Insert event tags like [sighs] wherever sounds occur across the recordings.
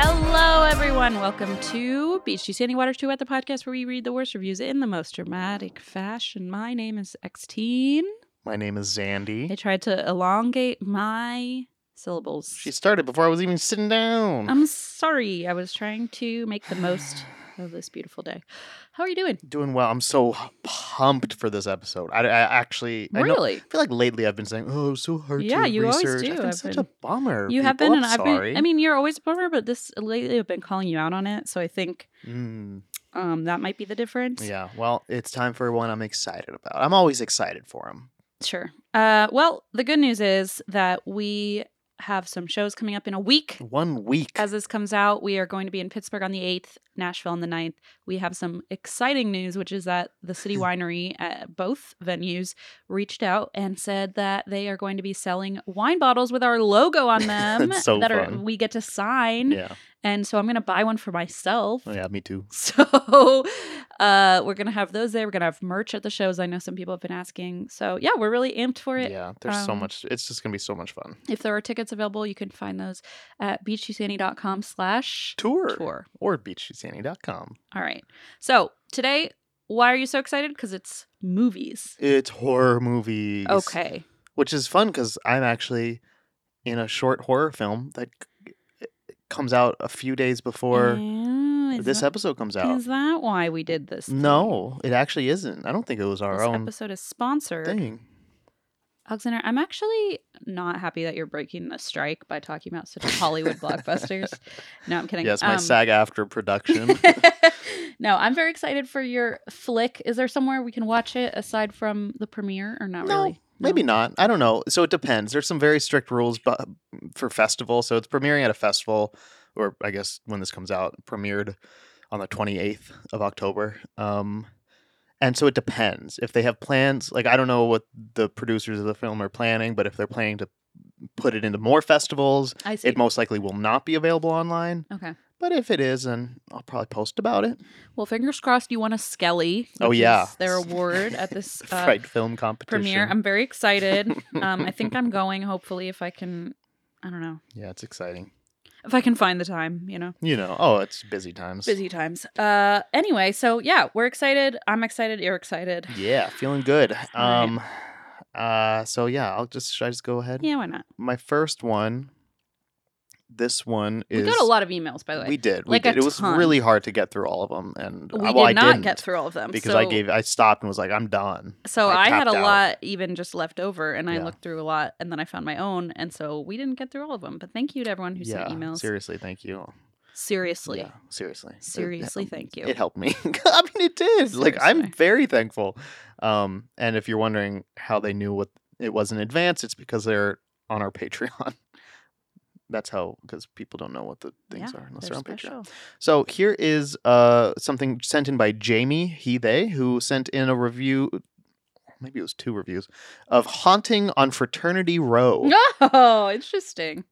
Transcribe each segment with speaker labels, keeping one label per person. Speaker 1: Hello, everyone. Welcome to Beach to Sandy Water 2 at the podcast where we read the worst reviews in the most dramatic fashion. My name is Xteen.
Speaker 2: My name is
Speaker 1: I
Speaker 2: Zandy.
Speaker 1: tried to elongate my syllables.
Speaker 2: She started before I was even sitting down.
Speaker 1: I'm sorry. I was trying to make the most of this beautiful day. How are you doing?
Speaker 2: Doing well. I'm so h- pumped for this episode. I, I actually, I, know-
Speaker 1: Really?
Speaker 2: I feel like lately I've been saying, "Oh, it was so hard
Speaker 1: Yeah,
Speaker 2: to
Speaker 1: you always
Speaker 2: research."
Speaker 1: do.
Speaker 2: I've been
Speaker 1: I've
Speaker 2: such
Speaker 1: been-
Speaker 2: a bummer.
Speaker 1: You have
Speaker 2: people.
Speaker 1: been,
Speaker 2: I'm
Speaker 1: and I've
Speaker 2: sorry.
Speaker 1: been. I mean, you're always a bummer, but this lately I've been calling you out on it. So I think
Speaker 2: Mm,
Speaker 1: um, that might be the difference.
Speaker 2: yeah. Well, it's time for one I'm excited about. I'm always excited for them.
Speaker 1: Sure. Uh, well, the good news is that we have some shows coming up in a week.
Speaker 2: One week.
Speaker 1: As this comes out, we are going to be in Pittsburgh on the 8th, Nashville on the 9th. We have some exciting news, which is that the City
Speaker 2: Hmm.
Speaker 1: Winery at both venues reached out and said that they are going to be selling wine bottles with our logo
Speaker 2: [laughs]
Speaker 1: on them
Speaker 2: That's so
Speaker 1: that are
Speaker 2: fun.
Speaker 1: we get to sign.
Speaker 2: yeah.
Speaker 1: And so I'm going to buy one for myself.
Speaker 2: Oh, yeah. Me too.
Speaker 1: [laughs] So uh, we're going to have those there. We're going to have merch at the shows. I know some people have been asking. So yeah, we're really amped for it.
Speaker 2: Yeah. There's so
Speaker 1: um,
Speaker 2: much. It's just gonna be so much fun.
Speaker 1: If there are tickets available, you can find those at beachysandy.com slash
Speaker 2: Tour,
Speaker 1: tour.
Speaker 2: or beachsandy.com.
Speaker 1: All right. So today, why are you so excited? Because it's movies.
Speaker 2: It's horror movies.
Speaker 1: Okay.
Speaker 2: which is fun because I'm actually in a short horror film that c- comes out a few days before
Speaker 1: Eh, Yeah, is
Speaker 2: this
Speaker 1: that,
Speaker 2: episode comes out.
Speaker 1: Is that why we did this? thing?
Speaker 2: No, it actually isn't. I don't think it was our
Speaker 1: This
Speaker 2: own
Speaker 1: episode is sponsored.
Speaker 2: thing.
Speaker 1: Alexander, I'm actually not happy that you're breaking the strike by talking about
Speaker 2: [laughs]
Speaker 1: such Hollywood blockbusters. No, I'm kidding.
Speaker 2: Yes, my
Speaker 1: Um, [laughs]
Speaker 2: SAG after production.
Speaker 1: no, I'm very excited for your flick. Is there somewhere we can watch it aside from the premiere or not
Speaker 2: no,
Speaker 1: really?
Speaker 2: maybe not. I don't know. So it depends. There's some very strict rules bu- for festival. So it's premiering at a festival, or I guess when this comes out, premiered on the 28th of October. Um, and so it depends if they have plans. Like I don't know what the producers of the film are planning, but if they're planning to put it into more festivals,
Speaker 1: I see.
Speaker 2: it most likely will not be available online.
Speaker 1: okay.
Speaker 2: But if it is, then I'll probably post about it.
Speaker 1: Well, fingers crossed you won a Skelly.
Speaker 2: Oh,
Speaker 1: which
Speaker 2: yeah.
Speaker 1: is their award at
Speaker 2: [laughs]
Speaker 1: this uh,
Speaker 2: Fright film competition.
Speaker 1: premiere. I'm very
Speaker 2: [laughs]
Speaker 1: excited. um, I think I'm going. Hopefully, if I can, I don't know
Speaker 2: yeah, it's exciting.
Speaker 1: if I can find the time. You know,
Speaker 2: You know, oh, it's busy times.
Speaker 1: busy times. Uh, anyway, so yeah, we're excited. I'm excited. You're excited.
Speaker 2: Yeah, feeling good.
Speaker 1: All
Speaker 2: Um uh so yeah, I'll just should I just go ahead?
Speaker 1: Yeah, why not?
Speaker 2: My first one this one
Speaker 1: We
Speaker 2: is
Speaker 1: got a lot of emails, by the way.
Speaker 2: We did.
Speaker 1: Like a
Speaker 2: we did. It was
Speaker 1: ton.
Speaker 2: really hard to get through all of them and
Speaker 1: We
Speaker 2: well,
Speaker 1: did
Speaker 2: Oh, I
Speaker 1: not
Speaker 2: didn't
Speaker 1: get through all of them
Speaker 2: because
Speaker 1: so,
Speaker 2: I gave I stopped and was like I'm done.
Speaker 1: So I,
Speaker 2: I
Speaker 1: had a
Speaker 2: tapped out.
Speaker 1: lot even just left over, and I
Speaker 2: Yeah.
Speaker 1: looked through a lot, and then I found my own, and so we didn't get through all of them. But thank you to everyone who
Speaker 2: yeah.
Speaker 1: sent emails.
Speaker 2: Seriously, thank you.
Speaker 1: Seriously,
Speaker 2: Yeah, seriously. It-
Speaker 1: seriously, thank you.
Speaker 2: It helped me. [laughs] I mean, it did. Like, I'm
Speaker 1: Seriously.
Speaker 2: very thankful. Um, and if you're wondering how they knew what it was in advance, it's because they're on our Patreon. [laughs] That's how, because people don't know what the things
Speaker 1: Yeah,
Speaker 2: are unless
Speaker 1: they're
Speaker 2: they're on Patreon.
Speaker 1: special.
Speaker 2: So here is uh something sent in by Jamie he they who sent in a review. Maybe it was two reviews of haunting on
Speaker 1: [laughs]
Speaker 2: Fraternity Row.
Speaker 1: Oh, interesting.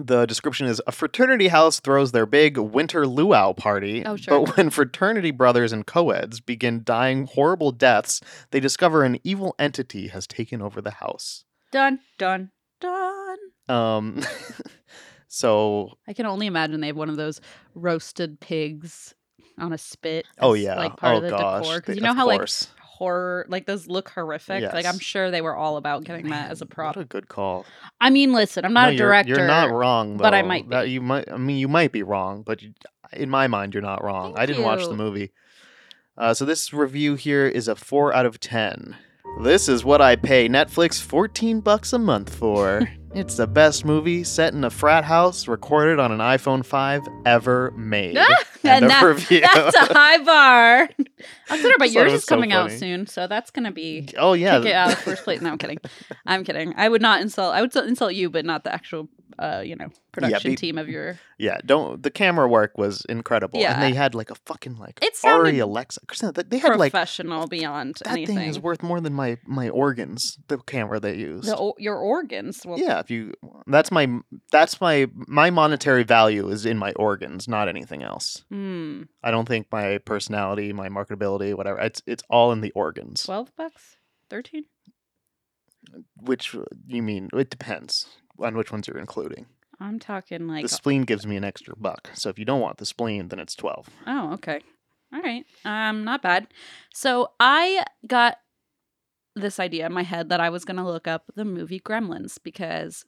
Speaker 2: The description is a fraternity house throws their big winter luau party.
Speaker 1: Oh, sure.
Speaker 2: But when fraternity brothers and co-eds begin dying horrible deaths, they discover an evil entity has taken over the house.
Speaker 1: Done, done, done.
Speaker 2: Um [laughs] so
Speaker 1: I can only imagine they have one of those roasted pigs on a spit.
Speaker 2: oh
Speaker 1: as,
Speaker 2: yeah.
Speaker 1: like part
Speaker 2: oh
Speaker 1: of the
Speaker 2: gosh.
Speaker 1: decor. Because
Speaker 2: They-
Speaker 1: you know
Speaker 2: of
Speaker 1: how
Speaker 2: course.
Speaker 1: like horror, like those look horrific. Like I'm
Speaker 2: Yes.
Speaker 1: sure they were all about getting that as a
Speaker 2: Man,
Speaker 1: prop.
Speaker 2: What a good call.
Speaker 1: I mean, listen, I'm not
Speaker 2: No,
Speaker 1: a
Speaker 2: you're-
Speaker 1: director.
Speaker 2: You're, not
Speaker 1: [laughs]
Speaker 2: wrong,
Speaker 1: but I
Speaker 2: though.
Speaker 1: might
Speaker 2: That you might. I mean, you might be wrong, but you, in my mind, you're not wrong.
Speaker 1: Thank
Speaker 2: I didn't watch
Speaker 1: you.
Speaker 2: the movie. Uh, so this review here is a four out of ten. This is what I pay Netflix 14 bucks a month
Speaker 1: [laughs]
Speaker 2: for. it's the best movie set in a frat house recorded on an iPhone 5 ever
Speaker 1: [laughs]
Speaker 2: made. End
Speaker 1: and
Speaker 2: of
Speaker 1: that- [laughs]
Speaker 2: review.
Speaker 1: That's a high bar. I said, but
Speaker 2: Just thought
Speaker 1: yours
Speaker 2: it was
Speaker 1: is
Speaker 2: so
Speaker 1: coming out
Speaker 2: funny.
Speaker 1: soon, so that's gonna be
Speaker 2: [laughs] oh yeah.
Speaker 1: kick it
Speaker 2: [laughs]
Speaker 1: out of first place. No, I'm kidding. I'm kidding. I would not insult. I would insult you, but not the actual, uh, you know, production
Speaker 2: be-
Speaker 1: team of your.
Speaker 2: Yeah, don't the camera work was incredible. And they
Speaker 1: Yeah.
Speaker 2: had like a fucking like
Speaker 1: It sounded
Speaker 2: Ari Alexa. Christina, they- They had like that
Speaker 1: professional beyond anything.
Speaker 2: thing is worth more than my my organs, the camera they used.
Speaker 1: the, o- your organs. Well,
Speaker 2: yeah, if you that's my that's my my monetary value is in my organs, not anything else.
Speaker 1: Hmm.
Speaker 2: I don't think my personality, my marketability, whatever, it's it's all in the organs.
Speaker 1: Twelve bucks. Thirteen.
Speaker 2: which uh, you mean it depends on which ones you're including.
Speaker 1: I'm talking like.
Speaker 2: the spleen gives me an extra buck. So if you don't want the spleen, then it's [laughs] 12.
Speaker 1: Oh, okay. All right. Um, not bad. So I got this idea in my head that I was going to look up the movie Gremlins because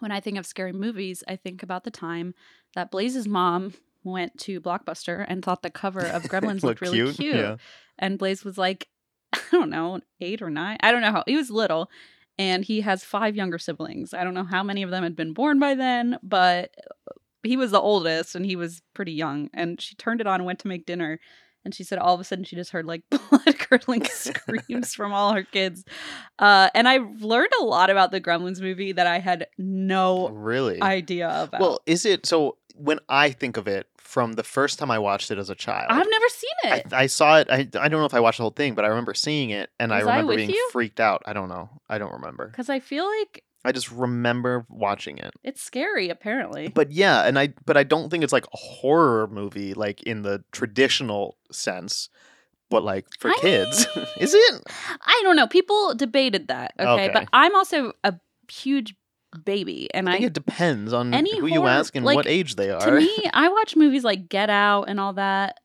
Speaker 1: when I think of scary movies, I think about the time that Blaze's mom went to Blockbuster and thought the cover
Speaker 2: [laughs]
Speaker 1: of Gremlins looked really cute.
Speaker 2: Yeah.
Speaker 1: And Blaze was like, [laughs] I don't know, eight or nine. I don't know how. He was little. And he has five younger siblings. I don't know how many of them had been born by then, but uh, he was the oldest and he was pretty young. And she turned it on and went to make dinner. And she said all of a sudden she just heard like [laughs] blood curdling screams from all her kids. Uh, and I learned a lot about the Gremlins movie that I had no
Speaker 2: Really?
Speaker 1: idea about.
Speaker 2: Oh, Well, is it so when I think of it from the first time I watched it as a child?
Speaker 1: I've never seen
Speaker 2: I,
Speaker 1: it.
Speaker 2: I saw it. I, I don't know if I watched the whole thing, but I remember seeing it and I
Speaker 1: Was I
Speaker 2: remember
Speaker 1: with
Speaker 2: being
Speaker 1: you?
Speaker 2: freaked out. I don't know. I don't remember.
Speaker 1: Because I feel like
Speaker 2: I just remember watching it.
Speaker 1: it's scary, apparently.
Speaker 2: But yeah, and I but I don't think it's like a horror movie like in the traditional sense, but like for
Speaker 1: I-
Speaker 2: kids. [laughs] Is it?
Speaker 1: I don't know. People debated that. Okay.
Speaker 2: Okay.
Speaker 1: But I'm also a huge baby. And
Speaker 2: I
Speaker 1: I,
Speaker 2: think it depends on
Speaker 1: any
Speaker 2: who you
Speaker 1: horror-
Speaker 2: ask and
Speaker 1: like,
Speaker 2: what age they
Speaker 1: to
Speaker 2: are.
Speaker 1: me, I watch movies like Get Out and all that.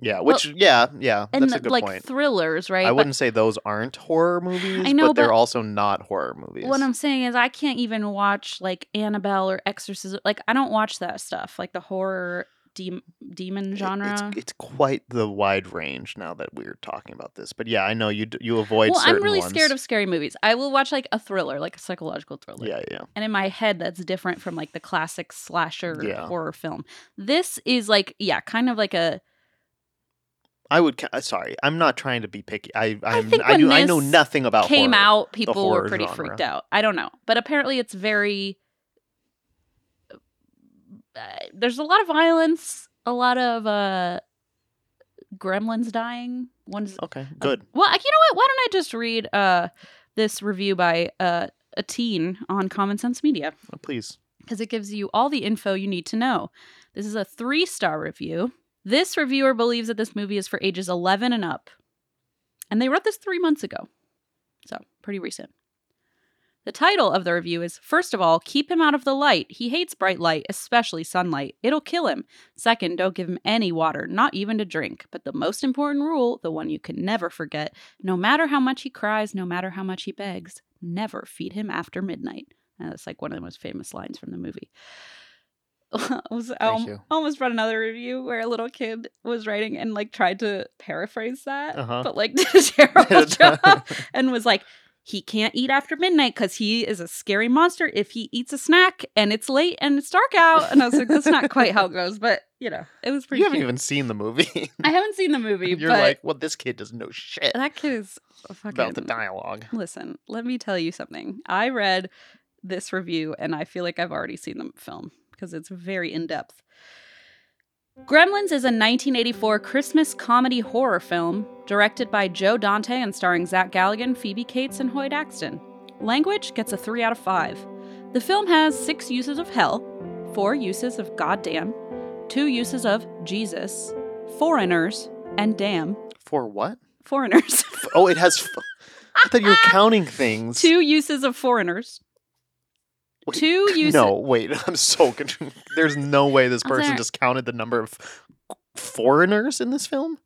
Speaker 2: [laughs] yeah, which yeah, yeah,
Speaker 1: And
Speaker 2: that's a good
Speaker 1: like
Speaker 2: point.
Speaker 1: thrillers, right?
Speaker 2: I
Speaker 1: But
Speaker 2: wouldn't say those aren't horror movies,
Speaker 1: know,
Speaker 2: but they're
Speaker 1: but
Speaker 2: also not horror movies.
Speaker 1: what I'm saying is I can't even watch like Annabelle or Exorcism. Like I don't watch that stuff, like the horror dem demon
Speaker 2: It- it's-
Speaker 1: genre.
Speaker 2: It's, quite the wide range now that we're talking about this. But yeah, I know you d- you avoid.
Speaker 1: well, I'm
Speaker 2: certain
Speaker 1: really
Speaker 2: ones.
Speaker 1: scared of scary movies. I will watch like a thriller, like a psychological thriller.
Speaker 2: Yeah, yeah,
Speaker 1: and in my head that's different from like the classic slasher
Speaker 2: Yeah.
Speaker 1: horror film this is like yeah kind of like a
Speaker 2: I would. ca- uh, Sorry, I'm not trying to be picky. I I'm, I,
Speaker 1: think when
Speaker 2: do. I know
Speaker 1: this
Speaker 2: nothing about
Speaker 1: came
Speaker 2: horror.
Speaker 1: out people were
Speaker 2: horror
Speaker 1: pretty
Speaker 2: genre.
Speaker 1: freaked out i don't know but apparently it's very uh, there's a lot of violence a lot of uh gremlins dying one's
Speaker 2: Okay, Oh, good.
Speaker 1: Well, like, you know what? Why don't I just read uh, this review by uh, a teen on Common Sense Media?
Speaker 2: Oh, please.
Speaker 1: [laughs] because it gives you all the info you need to know. This is a three star review. This reviewer believes that this movie is for ages 11 and up. And they wrote this three months ago. So, pretty recent. The title of the review is First of all, keep him out of the light. He hates bright light, especially sunlight. It'll kill him. Second, don't give him any water, not even to drink. But the most important rule, the one you can never forget no matter how much he cries, no matter how much he begs, never feed him after midnight. And that's like one of the most famous lines from the movie. [laughs] I was- um, I
Speaker 2: Thank
Speaker 1: al-
Speaker 2: you.
Speaker 1: almost read another review where a little kid was writing and like tried to paraphrase that,
Speaker 2: Uh-huh.
Speaker 1: but like [laughs] did a
Speaker 2: [laughs]
Speaker 1: terrible job and was like, he can't eat after midnight because he is a scary monster if he eats a snack and it's late and it's dark out. And I was like, that's not quite how it goes, but you know, it was pretty.
Speaker 2: you haven't
Speaker 1: cute.
Speaker 2: even seen the movie. [laughs]
Speaker 1: I haven't seen the movie,
Speaker 2: You're
Speaker 1: but
Speaker 2: like, well, this kid doesn't know shit
Speaker 1: that kid is a fucking.
Speaker 2: about the dialogue.
Speaker 1: Listen, let me tell you something. I read this review and I feel like I've already seen the film because it's very in depth. Gremlins is a 1984 Christmas comedy horror film directed by Joe Dante and starring Zach Galligan, Phoebe Cates, and Hoyt Axton. Language gets a 3 out of 5. The film has six uses of hell, four uses of goddamn, two uses of Jesus, foreigners, and damn,
Speaker 2: For what?
Speaker 1: foreigners. [laughs]
Speaker 2: F- Oh, it has. F- I thought you were counting things.
Speaker 1: two uses of foreigners.
Speaker 2: Wait,
Speaker 1: two uses.
Speaker 2: [laughs]
Speaker 1: [laughs]
Speaker 2: No, wait. I'm so confused. [laughs] There's no way this
Speaker 1: I'm
Speaker 2: person
Speaker 1: sorry.
Speaker 2: just counted the number of foreigners in this film.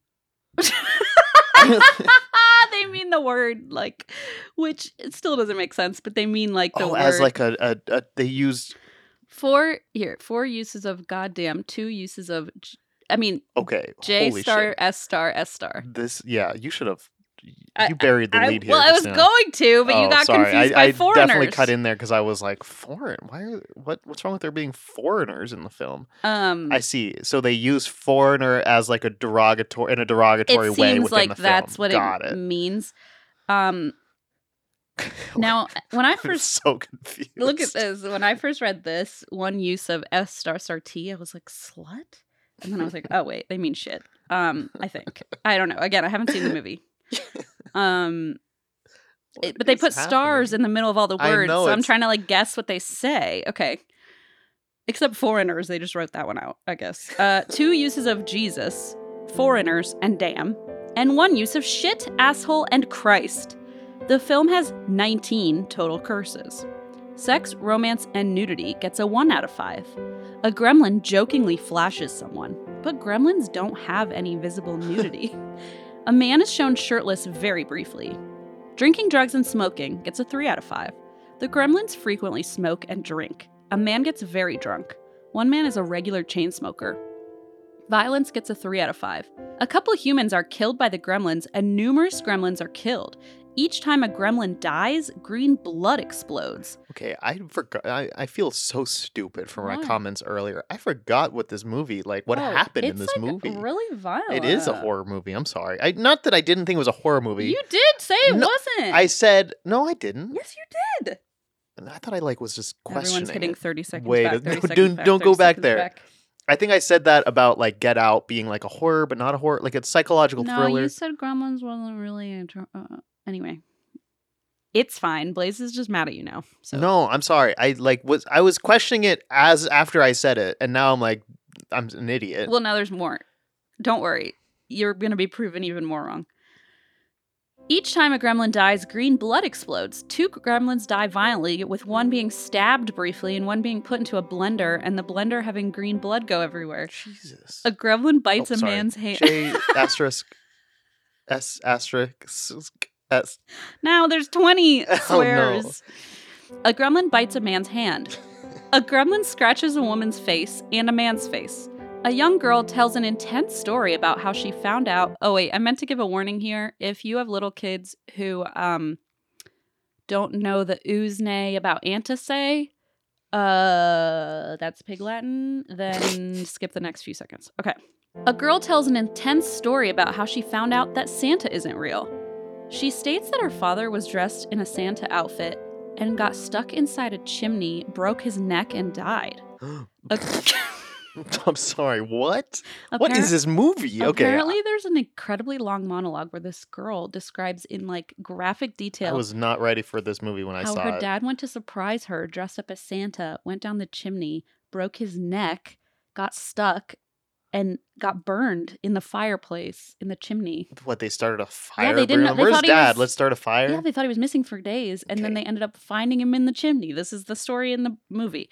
Speaker 1: they mean the word like, which it still doesn't make sense, but they mean like the
Speaker 2: oh,
Speaker 1: word.
Speaker 2: as like a, a, a they used.
Speaker 1: four here, four uses of goddamn, two uses of. J- I mean
Speaker 2: Okay,
Speaker 1: J
Speaker 2: holy
Speaker 1: star
Speaker 2: shit.
Speaker 1: S star S star.
Speaker 2: This yeah, you should have you buried the
Speaker 1: I-
Speaker 2: lead here.
Speaker 1: well, I was
Speaker 2: Christina.
Speaker 1: going to, but you
Speaker 2: Oh,
Speaker 1: got
Speaker 2: sorry.
Speaker 1: confused
Speaker 2: I,
Speaker 1: by
Speaker 2: I
Speaker 1: foreigners.
Speaker 2: definitely cut in there because I was like, foreign? Why are what? What's wrong with there being foreigners in the film?
Speaker 1: Um,
Speaker 2: I see. So they use foreigner as like a derogatory in a derogatory
Speaker 1: it
Speaker 2: way.
Speaker 1: seems
Speaker 2: within
Speaker 1: like
Speaker 2: the
Speaker 1: that's
Speaker 2: film.
Speaker 1: what
Speaker 2: Got [laughs]
Speaker 1: it, means. Um, now, when I
Speaker 2: [laughs] I'm
Speaker 1: first
Speaker 2: so confused. [laughs]
Speaker 1: look at this, when I first read this one use of S star star T, I was like slut, and then I was like, oh wait, they mean shit. Um, I think I don't know. Again, I haven't seen the movie. Um,
Speaker 2: What
Speaker 1: it- but they
Speaker 2: is
Speaker 1: put stars
Speaker 2: happening?
Speaker 1: in the middle of all the
Speaker 2: I
Speaker 1: words,
Speaker 2: know,
Speaker 1: so I'm
Speaker 2: it's-
Speaker 1: trying to like guess what they say. Okay. Except foreigners, they just wrote that one out, I guess. Uh, two uses of Jesus, foreigners, and damn, and one use of shit, asshole, and Christ. The film has 19 total curses. Sex, romance, and nudity gets a 1 out of 5. A gremlin jokingly flashes someone, but gremlins don't have any visible
Speaker 2: [laughs]
Speaker 1: nudity. a man is shown shirtless very briefly, Drinking, drugs, and smoking gets a 3 out of 5. The gremlins frequently smoke and drink. A man gets very drunk. One man is a regular chain smoker. Violence gets a 3 out of 5. A couple humans are killed by the gremlins, and numerous gremlins are killed. Each time a gremlin dies, green blood explodes.
Speaker 2: Okay, I forgot. I, I feel so stupid for my
Speaker 1: Why? Oh,
Speaker 2: comments earlier. I forgot what this movie like. What happened in this movie?
Speaker 1: Really violent.
Speaker 2: it is a horror movie. I'm sorry. I not that I didn't think it was a horror movie.
Speaker 1: You did say it
Speaker 2: it No,
Speaker 1: wasn't.
Speaker 2: I said no, I didn't.
Speaker 1: yes, you did.
Speaker 2: And I thought I like was just questioning.
Speaker 1: Everyone's hitting
Speaker 2: it.
Speaker 1: 30 seconds
Speaker 2: Wait,
Speaker 1: back.
Speaker 2: no,
Speaker 1: 30 seconds
Speaker 2: don't-
Speaker 1: back,
Speaker 2: don't
Speaker 1: 30
Speaker 2: go back
Speaker 1: seconds
Speaker 2: there. I think I said that about like Get Out being like a horror, but not a horror. Like it's psychological
Speaker 1: no,
Speaker 2: thriller.
Speaker 1: you said Gremlins wasn't really a. dr- Uh, anyway, it's fine. Blaze is just mad at you now. So
Speaker 2: No, I'm sorry. I like was I was questioning it as after I said it, and now I'm like I'm an idiot.
Speaker 1: Well, now there's more. Don't worry. You're going to be proven even more wrong. Each time a gremlin dies, green blood explodes. Two gremlins die violently, with one being stabbed briefly and one being put into a blender, and the blender having green blood go everywhere.
Speaker 2: Jesus.
Speaker 1: A gremlin bites
Speaker 2: Oh,
Speaker 1: a
Speaker 2: sorry.
Speaker 1: man's hand. [laughs]
Speaker 2: J asterisk S asterisk [gasps] s- s.
Speaker 1: Now there's 20
Speaker 2: [laughs] Oh, no.
Speaker 1: swears. A gremlin bites a man's hand. A gremlin scratches a woman's face and a man's face. A young girl tells an intense story about how she found out. Oh wait, I meant to give a warning here. If you have little kids who um don't know the ooze nay about antisay, uh that's pig Latin,
Speaker 2: [laughs]
Speaker 1: then skip the next few seconds. Okay. A girl tells an intense story about how she found out that Santa isn't real. She states that her father was dressed in a Santa outfit and got stuck inside a chimney, broke his neck, and
Speaker 2: [laughs]
Speaker 1: died. A-
Speaker 2: I'm sorry. What? What
Speaker 1: Appar-
Speaker 2: is this movie? Okay.
Speaker 1: Apparently, there's an incredibly long monologue where this girl describes in like graphic
Speaker 2: I
Speaker 1: detail
Speaker 2: was not ready for this movie when I
Speaker 1: how
Speaker 2: saw
Speaker 1: her
Speaker 2: it.
Speaker 1: dad went to surprise her dressed up as Santa, went down the chimney, broke his neck, got stuck, and got burned in the fireplace in the chimney.
Speaker 2: what they started a fire?
Speaker 1: they didn't
Speaker 2: Brianna?
Speaker 1: know- they
Speaker 2: Where's
Speaker 1: thought he
Speaker 2: dad?
Speaker 1: was-
Speaker 2: Let's start a fire.
Speaker 1: Yeah, they thought he was missing for days, and then they
Speaker 2: Okay.
Speaker 1: ended up finding him in the chimney. This is the story in the movie,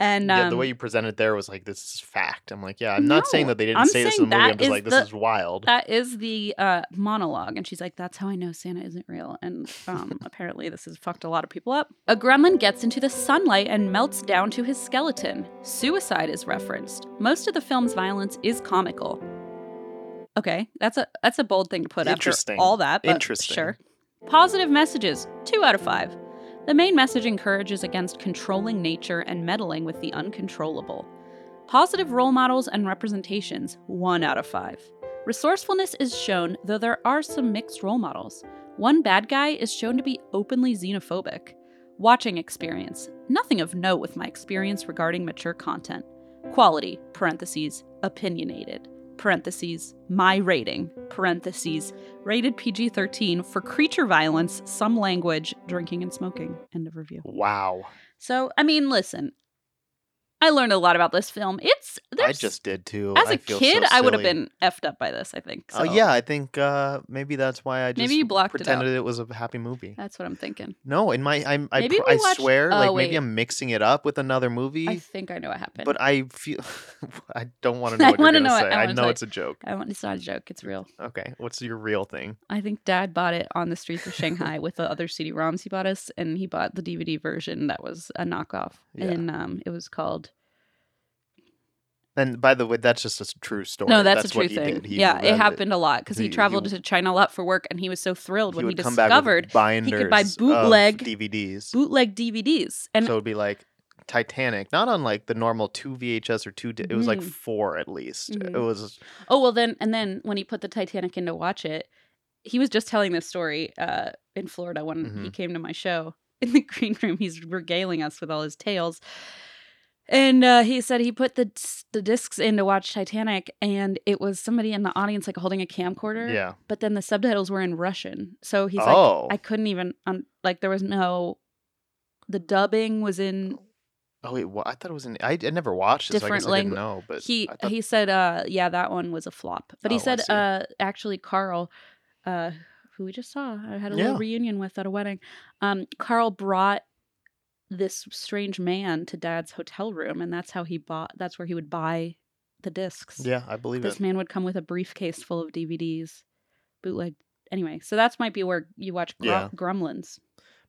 Speaker 1: and um,
Speaker 2: yeah, the way you presented there was like this is fact. I'm like, yeah, I'm not saying
Speaker 1: No,
Speaker 2: that they didn't
Speaker 1: I'm
Speaker 2: say this
Speaker 1: saying
Speaker 2: in the movie.
Speaker 1: that
Speaker 2: I'm just
Speaker 1: is
Speaker 2: like, this
Speaker 1: the-
Speaker 2: is wild.
Speaker 1: that is the uh, monologue, and she's like, "That's how I know Santa isn't real." And
Speaker 2: [laughs]
Speaker 1: um, apparently, this has fucked a lot of people up. A gremlin gets into the sunlight and melts down to his skeleton. Suicide is referenced. Most of the film's violence is comical. Okay, that's a that's a bold thing to put after
Speaker 2: Interesting.
Speaker 1: all that. But
Speaker 2: Interesting.
Speaker 1: Sure. Positive messages, two out of five. The main message encourages against controlling nature and meddling with the uncontrollable. Positive role models and representations, one out of five. Resourcefulness is shown, though there are some mixed role models. One bad guy is shown to be openly xenophobic. Watching experience, nothing of note with my experience regarding mature content. Quality, parentheses, opinionated, parentheses, my rating, parentheses, rated PG 13 for creature violence, some language, drinking and smoking. End of review.
Speaker 2: Wow,
Speaker 1: So, I mean, listen, I learned a lot about this film. It's
Speaker 2: I
Speaker 1: there's,
Speaker 2: just did too.
Speaker 1: as
Speaker 2: a
Speaker 1: a kid, I would have been effed up by this. I think. So.
Speaker 2: Oh yeah, I think uh, maybe that's why I just
Speaker 1: Maybe you blocked it out.
Speaker 2: pretended it, was a happy movie.
Speaker 1: that's what I'm thinking.
Speaker 2: No, in my I'm, I
Speaker 1: Maybe
Speaker 2: pr-
Speaker 1: we
Speaker 2: I
Speaker 1: watched-
Speaker 2: swear,
Speaker 1: oh,
Speaker 2: like maybe
Speaker 1: wait.
Speaker 2: I'm mixing it up with another movie,
Speaker 1: I think I know what happened.
Speaker 2: but I feel [laughs] I don't
Speaker 1: [laughs]
Speaker 2: want to
Speaker 1: I
Speaker 2: know what you're
Speaker 1: wanna
Speaker 2: gonna
Speaker 1: know what
Speaker 2: say.
Speaker 1: I
Speaker 2: I
Speaker 1: wanna
Speaker 2: know
Speaker 1: say.
Speaker 2: it's a joke.
Speaker 1: I want. It's not a joke. It's real.
Speaker 2: Okay, what's your real thing?
Speaker 1: I think Dad bought it on the streets of Shanghai with the other CD-ROMs he bought us, and he bought the DVD version that was a knockoff,
Speaker 2: Yeah.
Speaker 1: and um, it was called
Speaker 2: And by the way, that's just a true story.
Speaker 1: No, that's, a
Speaker 2: what
Speaker 1: true
Speaker 2: he
Speaker 1: thing.
Speaker 2: did. He
Speaker 1: yeah,
Speaker 2: read
Speaker 1: it happened a lot because he,
Speaker 2: He- he
Speaker 1: traveled
Speaker 2: w-
Speaker 1: to China a lot for work, and he was so thrilled when he
Speaker 2: would come back with
Speaker 1: discovered
Speaker 2: binders
Speaker 1: buy
Speaker 2: of
Speaker 1: bootleg-
Speaker 2: DVDs.
Speaker 1: bootleg DVDs. And
Speaker 2: so it'd be like Titanic, not unlike the normal two VHS or two. Di- It was like
Speaker 1: Mhm.
Speaker 2: four at least. It
Speaker 1: Mhm.
Speaker 2: was
Speaker 1: oh well, then and then when he put the Titanic in to watch it, he was just telling this story uh, in Florida when he
Speaker 2: Mhm.
Speaker 1: came to my show [laughs] in the green room. He's regaling us with all his tales. And uh, he said he put the the discs in to watch Titanic, and it was somebody in the audience like holding a camcorder.
Speaker 2: yeah.
Speaker 1: But then the subtitles were in Russian, so he's like,
Speaker 2: oh,
Speaker 1: I couldn't even um, like there was no the dubbing was in
Speaker 2: oh wait, wha- I thought it was in. I, I never watched it, so I
Speaker 1: Different
Speaker 2: guess I didn't
Speaker 1: langu-
Speaker 2: know. But
Speaker 1: he
Speaker 2: I thought-
Speaker 1: he said uh yeah that one was a flop. But he
Speaker 2: Oh, I
Speaker 1: said
Speaker 2: see.
Speaker 1: uh actually Carl uh who we just saw I had a little
Speaker 2: Yeah.
Speaker 1: reunion with at a wedding. Um Carl brought this strange man to dad's hotel room and that's how he bought that's where he would buy the discs.
Speaker 2: yeah, I believe
Speaker 1: This
Speaker 2: it.
Speaker 1: man would come with a briefcase full of DVDs bootleg anyway, so that's might be where you watch Gru-
Speaker 2: Yeah.
Speaker 1: Gremlins.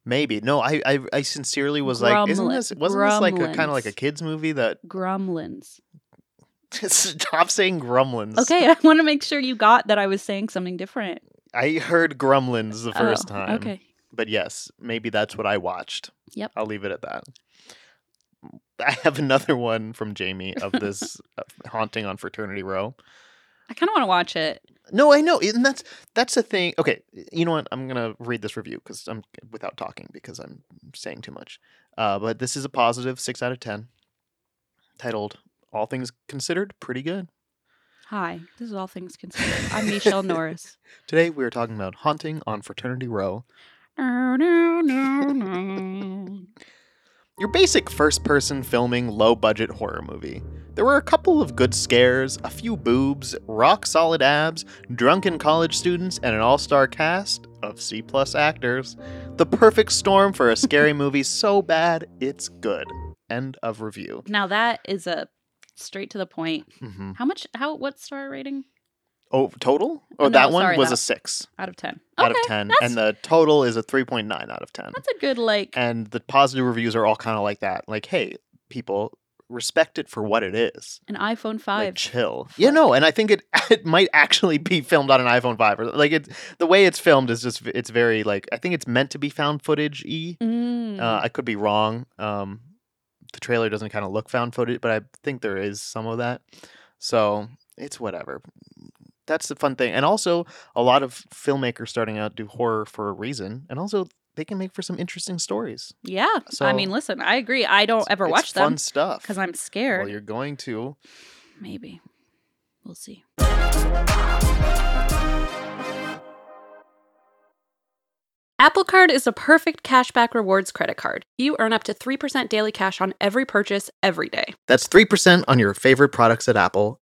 Speaker 2: Maybe no, I I, I sincerely was like, isn't
Speaker 1: Gremlin-
Speaker 2: this wasn't this like a kind of like a
Speaker 1: Gremlins.
Speaker 2: kids movie that [laughs]
Speaker 1: Gremlins.
Speaker 2: stop saying gremlins?
Speaker 1: Okay, [laughs] I want to make sure you got that I was saying something different.
Speaker 2: I heard gremlins the
Speaker 1: Oh,
Speaker 2: first time.
Speaker 1: Okay.
Speaker 2: but yes, maybe that's what I watched.
Speaker 1: Yep.
Speaker 2: I'll leave it at that. I have another one from Jamie
Speaker 1: [laughs]
Speaker 2: of this uh, haunting on Fraternity Row.
Speaker 1: I kind of want to watch it.
Speaker 2: No, I know, and that's that's the thing. Okay, you know what? I'm gonna read this review because I'm without talking because I'm saying too much. Uh, but this is a positive six out of ten. Titled "All Things Considered," pretty good.
Speaker 1: Hi, this is All Things Considered. I'm Michelle
Speaker 2: [laughs]
Speaker 1: Norris.
Speaker 2: Today we are talking about haunting on Fraternity Row,
Speaker 1: No, no, no, no.
Speaker 2: Your basic first person filming low budget horror movie. There were a couple of good scares, a few boobs, rock solid abs, drunken college students, and an all star cast of C plus actors. The perfect storm for
Speaker 1: [laughs]
Speaker 2: a scary movie so bad it's good. End of review.
Speaker 1: Now that is a straight to the point.
Speaker 2: hmm
Speaker 1: How much? How? What star rating
Speaker 2: Oh, total? Oh,
Speaker 1: No,
Speaker 2: that one
Speaker 1: sorry,
Speaker 2: was
Speaker 1: that-
Speaker 2: a 6
Speaker 1: out of ten?
Speaker 2: out of 10,
Speaker 1: that's-
Speaker 2: and the total is a 3.9 out of 10.
Speaker 1: That's a good like.
Speaker 2: And the positive reviews are all kind of like that. Like, hey, people, respect it for what it is.
Speaker 1: An iPhone
Speaker 2: like
Speaker 1: five.
Speaker 2: chill. You know, and I think it [laughs] it might actually be filmed on an iPhone five. Or like it's the way it's filmed is just it's very like I think it's meant to be found footage. E
Speaker 1: Mm.
Speaker 2: uh, I could be wrong. Um, the trailer doesn't kind of look found footage, but I think there is some of that. So it's whatever. That's the fun thing, and also a lot of filmmakers starting out do horror for a reason, and also they can make for some interesting stories.
Speaker 1: yeah.
Speaker 2: so-
Speaker 1: I mean, listen, I agree. I don't ever
Speaker 2: It's
Speaker 1: watch
Speaker 2: fun
Speaker 1: them
Speaker 2: stuff
Speaker 1: because I'm
Speaker 2: well,
Speaker 1: scared.
Speaker 2: you're going to.
Speaker 1: Maybe we'll see.
Speaker 3: Apple Card is a perfect cashback rewards credit card. You earn up to 3% daily cash on every purchase every day.
Speaker 2: That's 3% on your favorite products at Apple,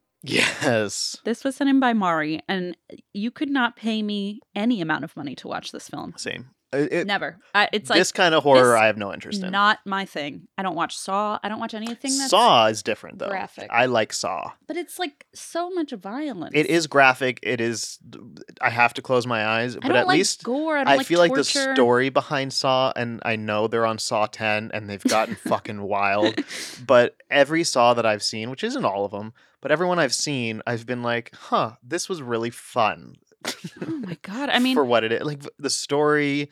Speaker 2: Yes.
Speaker 1: This was sent in by Mari, and you could not pay me any amount of money to watch this film.
Speaker 2: Same. It- it-
Speaker 1: Never. I, it's like
Speaker 2: this kind of horror
Speaker 1: this
Speaker 2: I have no interest in.
Speaker 1: not my thing. I don't watch Saw. I don't watch anything that's
Speaker 2: Saw is different though.
Speaker 1: graphic.
Speaker 2: I like Saw.
Speaker 1: But it's like so much violence.
Speaker 2: It is graphic. It is. I have to close my eyes,
Speaker 1: I
Speaker 2: but
Speaker 1: don't
Speaker 2: at
Speaker 1: like
Speaker 2: least
Speaker 1: gore. I, don't
Speaker 2: I
Speaker 1: like
Speaker 2: feel like the
Speaker 1: torture. [laughs]
Speaker 2: story behind Saw, and I know they're on Saw 10 and
Speaker 1: [laughs]
Speaker 2: they've gotten fucking
Speaker 1: Oh
Speaker 2: wild, but every Saw that I've seen, which isn't all of them, but everyone I've seen, I've been like, huh, this was
Speaker 1: [laughs]
Speaker 2: really fun.
Speaker 1: oh my god! I mean,
Speaker 2: [laughs] for what it is. Like, the story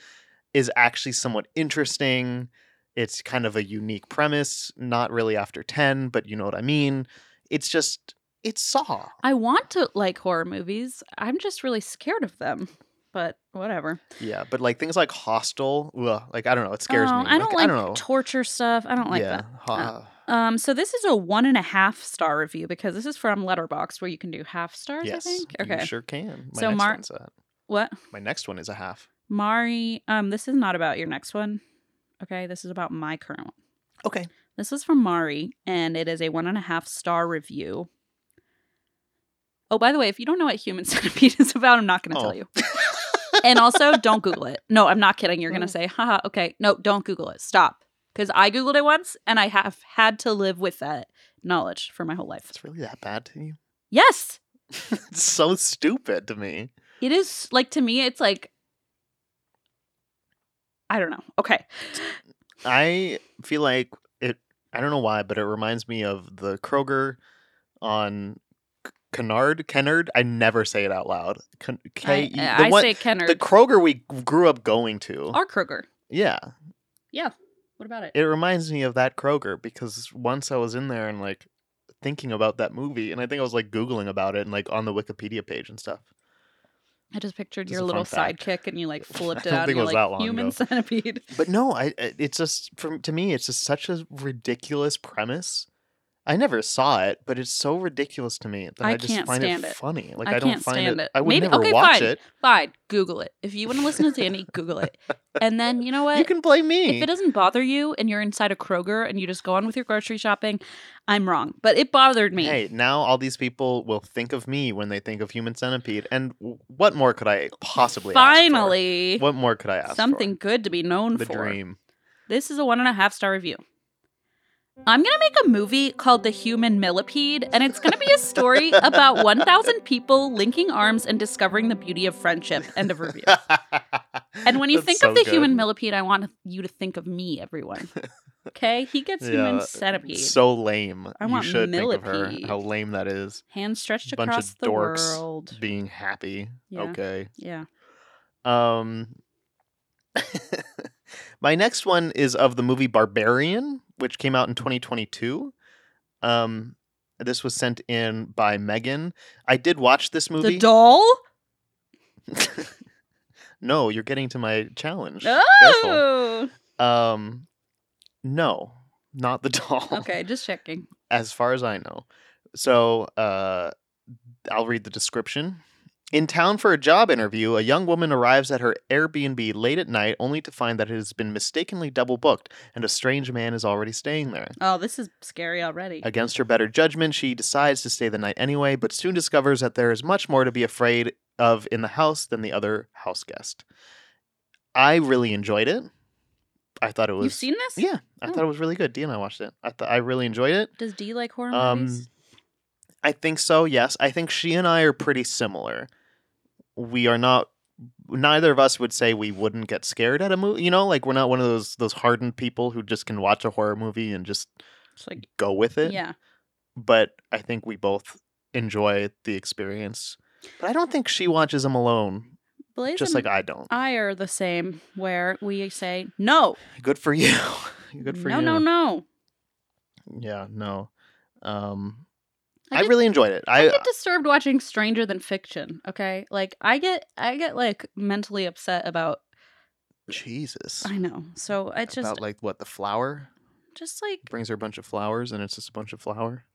Speaker 2: is actually somewhat interesting. It's kind of a unique premise, not really after 10, but you know what I mean. It's just, it's Saw.
Speaker 1: I want to like horror movies. I'm just really scared of them. But whatever.
Speaker 2: Yeah, but like things like Hostel, ugh, like, I don't know, it scares
Speaker 1: Oh,
Speaker 2: me.
Speaker 1: I don't like
Speaker 2: I don't know.
Speaker 1: torture stuff. I don't like
Speaker 2: yeah,
Speaker 1: that.
Speaker 2: ha-
Speaker 1: Um, so this is a one and a half star review because this is from Letterbox where you can do half stars.
Speaker 2: Yes,
Speaker 1: I think.
Speaker 2: you
Speaker 1: Okay.
Speaker 2: sure can. My
Speaker 1: So
Speaker 2: next
Speaker 1: Mar-
Speaker 2: one's a,
Speaker 1: What?
Speaker 2: my next one is a half.
Speaker 1: Mari, um, this is not about your next one. Okay, this is about my current one.
Speaker 2: Okay.
Speaker 1: This is from Mari, and it is a one and a half star review. [laughs]
Speaker 2: [laughs]
Speaker 1: Oh, by the way, if you don't know what Human Centipede is about, I'm not going to
Speaker 2: Oh.
Speaker 1: tell you. and also, don't Google it. No, I'm not kidding. You're going to
Speaker 2: Mm.
Speaker 1: say, haha, okay. No, don't Google it. Stop. Because I Googled it once and I have had to live with that knowledge for my whole life.
Speaker 2: It's really that bad to you?
Speaker 1: Yes,
Speaker 2: [laughs] it's so stupid to me.
Speaker 1: it is. Like, to me, it's like, I don't know. Okay.
Speaker 2: I feel like it. I don't know why, but it reminds me of the Kroger on K- Kennard. Kennard. I never say it out loud. Ken- K- E,
Speaker 1: I, uh,
Speaker 2: the
Speaker 1: I
Speaker 2: one-
Speaker 1: say Kenner.
Speaker 2: the Kroger we grew up going to.
Speaker 1: or Kroger.
Speaker 2: yeah,
Speaker 1: What about it?
Speaker 2: it reminds me of that Kroger because once I was in there and like thinking about that movie, and I think I was like googling about it and like on the Wikipedia page and stuff.
Speaker 1: I just pictured
Speaker 2: Just
Speaker 1: your
Speaker 2: a
Speaker 1: little
Speaker 2: fun fact.
Speaker 1: sidekick and you [laughs] like flipped it
Speaker 2: I
Speaker 1: out
Speaker 2: don't think
Speaker 1: and
Speaker 2: it
Speaker 1: you're
Speaker 2: was
Speaker 1: like,
Speaker 2: that long
Speaker 1: human
Speaker 2: ago."
Speaker 1: centipede.
Speaker 2: But no, I I- it's just from to me it's just such a ridiculous premise. I never saw it, but it's so ridiculous to me that I,
Speaker 1: I
Speaker 2: just
Speaker 1: can't
Speaker 2: find
Speaker 1: stand
Speaker 2: it
Speaker 1: it.
Speaker 2: funny. Like I,
Speaker 1: I
Speaker 2: don't
Speaker 1: can't
Speaker 2: find
Speaker 1: stand
Speaker 2: it,
Speaker 1: it.
Speaker 2: I would
Speaker 1: Maybe-
Speaker 2: never
Speaker 1: okay,
Speaker 2: watch
Speaker 1: fine.
Speaker 2: it.
Speaker 1: [laughs] Fine, Google it. If you want to listen to Danny, Google it. And then [laughs] you know what?
Speaker 2: You can blame me.
Speaker 1: if it doesn't bother you and you're inside a Kroger and you just go on with your grocery shopping, I'm wrong. But it bothered me.
Speaker 2: Hey, now all these people will think of me when they think of Human Centipede, and w- what more could I possibly? ask for?
Speaker 1: Finally,
Speaker 2: what more could I ask? for?
Speaker 1: something good to be known
Speaker 2: The
Speaker 1: for.
Speaker 2: dream.
Speaker 1: This is a one and a half star review. I'm going to make a movie called The Human Millipede, and it's going to be a story about 1,000 people linking arms and discovering the beauty of friendship. End of review.
Speaker 2: [laughs]
Speaker 1: [laughs] And when you
Speaker 2: That's
Speaker 1: think
Speaker 2: so
Speaker 1: of the
Speaker 2: good.
Speaker 1: human millipede, I want you to think think of me,
Speaker 2: [laughs]
Speaker 1: everyone. Okay? He gets
Speaker 2: Yeah, uh,
Speaker 1: human centipede.
Speaker 2: so lame.
Speaker 1: I want
Speaker 2: you should think
Speaker 1: millipede.
Speaker 2: of her. How lame that is.
Speaker 1: Hands stretched
Speaker 2: bunch of
Speaker 1: across the
Speaker 2: dorks.
Speaker 1: world.
Speaker 2: Being happy.
Speaker 1: Yeah.
Speaker 2: Okay.
Speaker 1: Yeah.
Speaker 2: Um, [laughs] my next one is of the movie Barbarian, which came out in 2022. Um, this was sent in by Megan. I did watch this movie.
Speaker 1: The doll?
Speaker 2: no, you're getting to my challenge. Careful. [laughs]
Speaker 1: Oh!
Speaker 2: Um, no, not the [laughs] doll.
Speaker 1: Okay, just checking.
Speaker 2: as far as I know. So uh, I'll read the description. In town for a job interview, a young woman arrives at her Airbnb late at night only to find that it has been mistakenly double booked and a strange man is already staying there.
Speaker 1: Oh, this is scary already.
Speaker 2: Against her better judgment, she decides to stay the night anyway, but soon discovers that there is much more to be afraid of in the house than the other house guest. I really enjoyed it. I thought it was
Speaker 1: You've seen this?
Speaker 2: Yeah, I
Speaker 1: Oh.
Speaker 2: thought it was really good. Dee and I watched it. I thought I really enjoyed it.
Speaker 1: Does D like horror
Speaker 2: Um,
Speaker 1: movies?
Speaker 2: I think so. Yes, I think she and I are pretty similar. We are not. Neither of us would say we wouldn't get scared at a movie. You know, like we're not one of those those hardened people who just can watch a horror movie and just
Speaker 1: It's like,
Speaker 2: go with it.
Speaker 1: yeah.
Speaker 2: But I think we both enjoy the experience. But I don't think she watches them alone,
Speaker 1: Blaze
Speaker 2: just
Speaker 1: and
Speaker 2: like I don't.
Speaker 1: I are the same, where we say, no,
Speaker 2: Good for you. [laughs] Good for
Speaker 1: uh, no, no,
Speaker 2: you.
Speaker 1: no.
Speaker 2: Yeah. No. Um.
Speaker 1: I
Speaker 2: I,
Speaker 1: get-
Speaker 2: really enjoyed it.
Speaker 1: I
Speaker 2: I,
Speaker 1: get disturbed watching Stranger Than Fiction. Okay, like I get, I get like mentally upset about.
Speaker 2: Jesus.
Speaker 1: I know. So I just,
Speaker 2: about like what the flower.
Speaker 1: just like
Speaker 2: brings her a bunch of flowers and it's just a bunch of flour.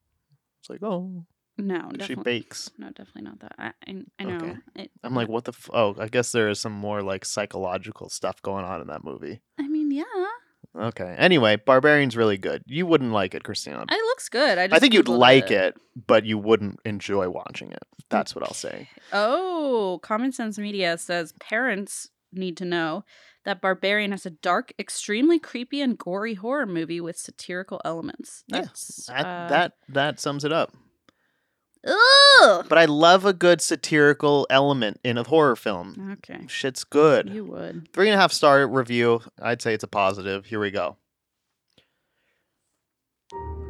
Speaker 2: It's like, oh,
Speaker 1: no,
Speaker 2: she
Speaker 1: definitely,
Speaker 2: bakes.
Speaker 1: no, definitely not that. I, I, I know.
Speaker 2: Okay.
Speaker 1: It,
Speaker 2: I'm like, what the? F- oh, I guess there is some more like psychological stuff going on in that movie.
Speaker 1: I mean, yeah,
Speaker 2: Okay. Anyway, Barbarian's really good. You wouldn't like it, Christina.
Speaker 1: it looks good. I, just
Speaker 2: I think you'd
Speaker 1: Googled
Speaker 2: like it, but you wouldn't enjoy watching it. That's what I'll say.
Speaker 1: Oh, Common Sense Media says parents need to know that Barbarian has a dark, extremely creepy and gory horror movie with satirical elements.
Speaker 2: Yeah,
Speaker 1: That's
Speaker 2: That
Speaker 1: uh,
Speaker 2: that that sums it up.
Speaker 1: Ugh!
Speaker 2: But I love a good satirical element in a horror film.
Speaker 1: Okay,
Speaker 2: Shit's good.
Speaker 1: Mm. you would.
Speaker 2: Three and a half star review. I'd say it's a positive. Here we go.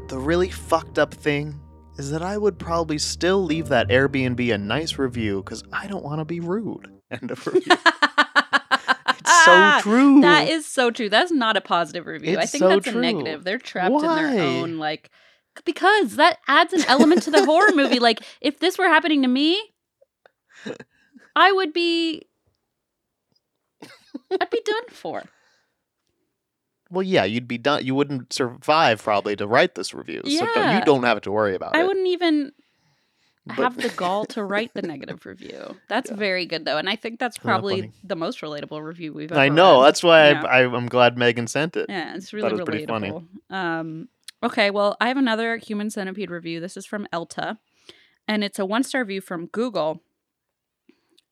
Speaker 2: The really fucked up thing is that I would probably still leave that Airbnb a nice review because I don't want to be rude. [laughs] End of review. it's so
Speaker 1: [laughs]
Speaker 2: true.
Speaker 1: That is so true. That's not a positive review. I
Speaker 2: It's
Speaker 1: think
Speaker 2: so
Speaker 1: that's
Speaker 2: true.
Speaker 1: a negative. They're trapped in
Speaker 2: Why?
Speaker 1: their own like because that adds an element to the
Speaker 2: [laughs]
Speaker 1: horror movie. Like if this were happening to me, I would be I'd be done
Speaker 2: [laughs]
Speaker 1: for.
Speaker 2: well, yeah, you'd be done. You wouldn't survive probably to write this review. So don't-
Speaker 1: Yeah.
Speaker 2: you don't have to worry about
Speaker 1: I
Speaker 2: it.
Speaker 1: wouldn't even
Speaker 2: But-
Speaker 1: have
Speaker 2: [laughs]
Speaker 1: the gall to write the negative review. That's
Speaker 2: Yeah.
Speaker 1: very good though, and I think that's
Speaker 2: Isn't that
Speaker 1: probably
Speaker 2: funny?
Speaker 1: the most relatable review we've ever
Speaker 2: I know.
Speaker 1: read.
Speaker 2: That's why
Speaker 1: Yeah.
Speaker 2: I, I, I'm glad Megan sent it.
Speaker 1: Yeah, it's
Speaker 2: Thought
Speaker 1: really
Speaker 2: it was pretty funny.
Speaker 1: relatable. Um, okay, well, I have another human centipede review. This is from Elta, and it's a one star review from Google,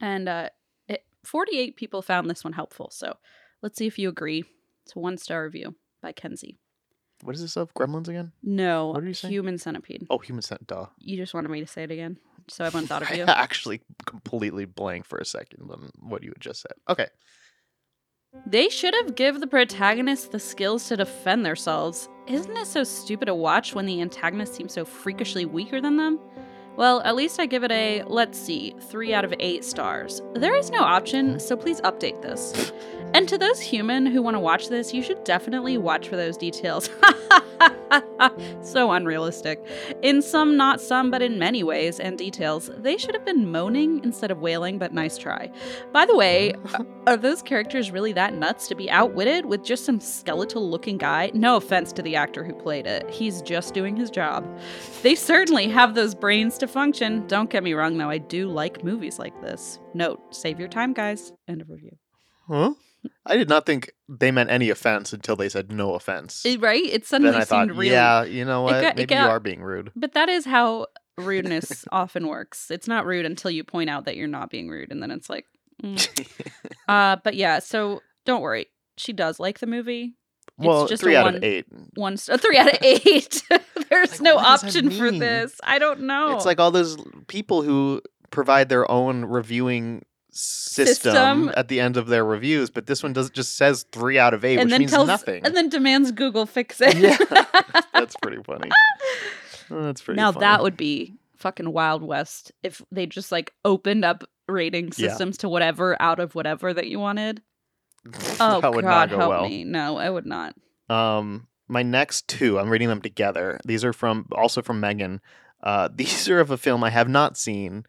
Speaker 1: and uh, it 48 people found this one helpful. So let's see if you agree. It's a one star review by Kenzie.
Speaker 2: What is this of? Gremlins again?
Speaker 1: No,
Speaker 2: What did you say?
Speaker 1: human centipede.
Speaker 2: Oh, human sent. Duh.
Speaker 1: You just wanted me to say it again. So everyone thought of
Speaker 2: I
Speaker 1: you.
Speaker 2: actually completely blank for a second on what you had just said. Okay.
Speaker 1: They should have give the protagonists the skills to defend themselves. Isn't it so stupid to watch when the antagonist seems so freakishly weaker than them? Well, at least I give it a, let's see, 3 out of 8 stars. There is no option, so please update this. And to those human who want to watch this, you should definitely watch for those details. [laughs] so unrealistic. In some, not some, but in many ways and details, they should have been moaning instead of wailing, but nice try. By the way, are those characters really that nuts to be outwitted with just some skeletal looking guy? No offense to the actor who played it. He's just doing his job. They certainly have those brains to function. Don't get me wrong, though, I do like movies like this. Note, save your time, guys. End of review.
Speaker 2: Huh? I did not think they meant any offense until they said no offense.
Speaker 1: It- Eh, right? It
Speaker 2: then
Speaker 1: suddenly
Speaker 2: I thought,
Speaker 1: seemed real.
Speaker 2: yeah, you know what?
Speaker 1: got- it
Speaker 2: Maybe
Speaker 1: got-
Speaker 2: you are being rude.
Speaker 1: But that is how
Speaker 2: [laughs]
Speaker 1: rudeness often works. It's not rude until you point out that you're not being rude, and then [laughs] it's like,
Speaker 2: [laughs]
Speaker 1: mm. uh, but yeah, so don't worry. She does like the movie.
Speaker 2: well,
Speaker 1: just
Speaker 2: three
Speaker 1: a
Speaker 2: out
Speaker 1: one-
Speaker 2: of eight.
Speaker 1: one star, three out of [laughs] eight. There's
Speaker 2: Like,
Speaker 1: no
Speaker 2: what does that
Speaker 1: option for
Speaker 2: mean?
Speaker 1: this. I don't know.
Speaker 2: It's like all those people who provide their own reviewing system,
Speaker 1: System.
Speaker 2: at the end of their reviews, but this one does just says three out of eight,
Speaker 1: and
Speaker 2: which
Speaker 1: then
Speaker 2: means
Speaker 1: tells
Speaker 2: nothing.
Speaker 1: and then demands Google fix it.
Speaker 2: Yeah.
Speaker 1: [laughs]
Speaker 2: That's pretty funny. Oh, That's pretty.
Speaker 1: now
Speaker 2: funny.
Speaker 1: that would be fucking Wild West if they just like opened up rating
Speaker 2: Yeah.
Speaker 1: systems to whatever out of whatever that you wanted. Oh
Speaker 2: [laughs] [laughs] that would
Speaker 1: God,
Speaker 2: not go
Speaker 1: help
Speaker 2: well.
Speaker 1: me! No, I would not.
Speaker 2: Um, my next two, I'm reading them together. These are from also from Megan. Uh, [laughs] these are of a film I have not seen,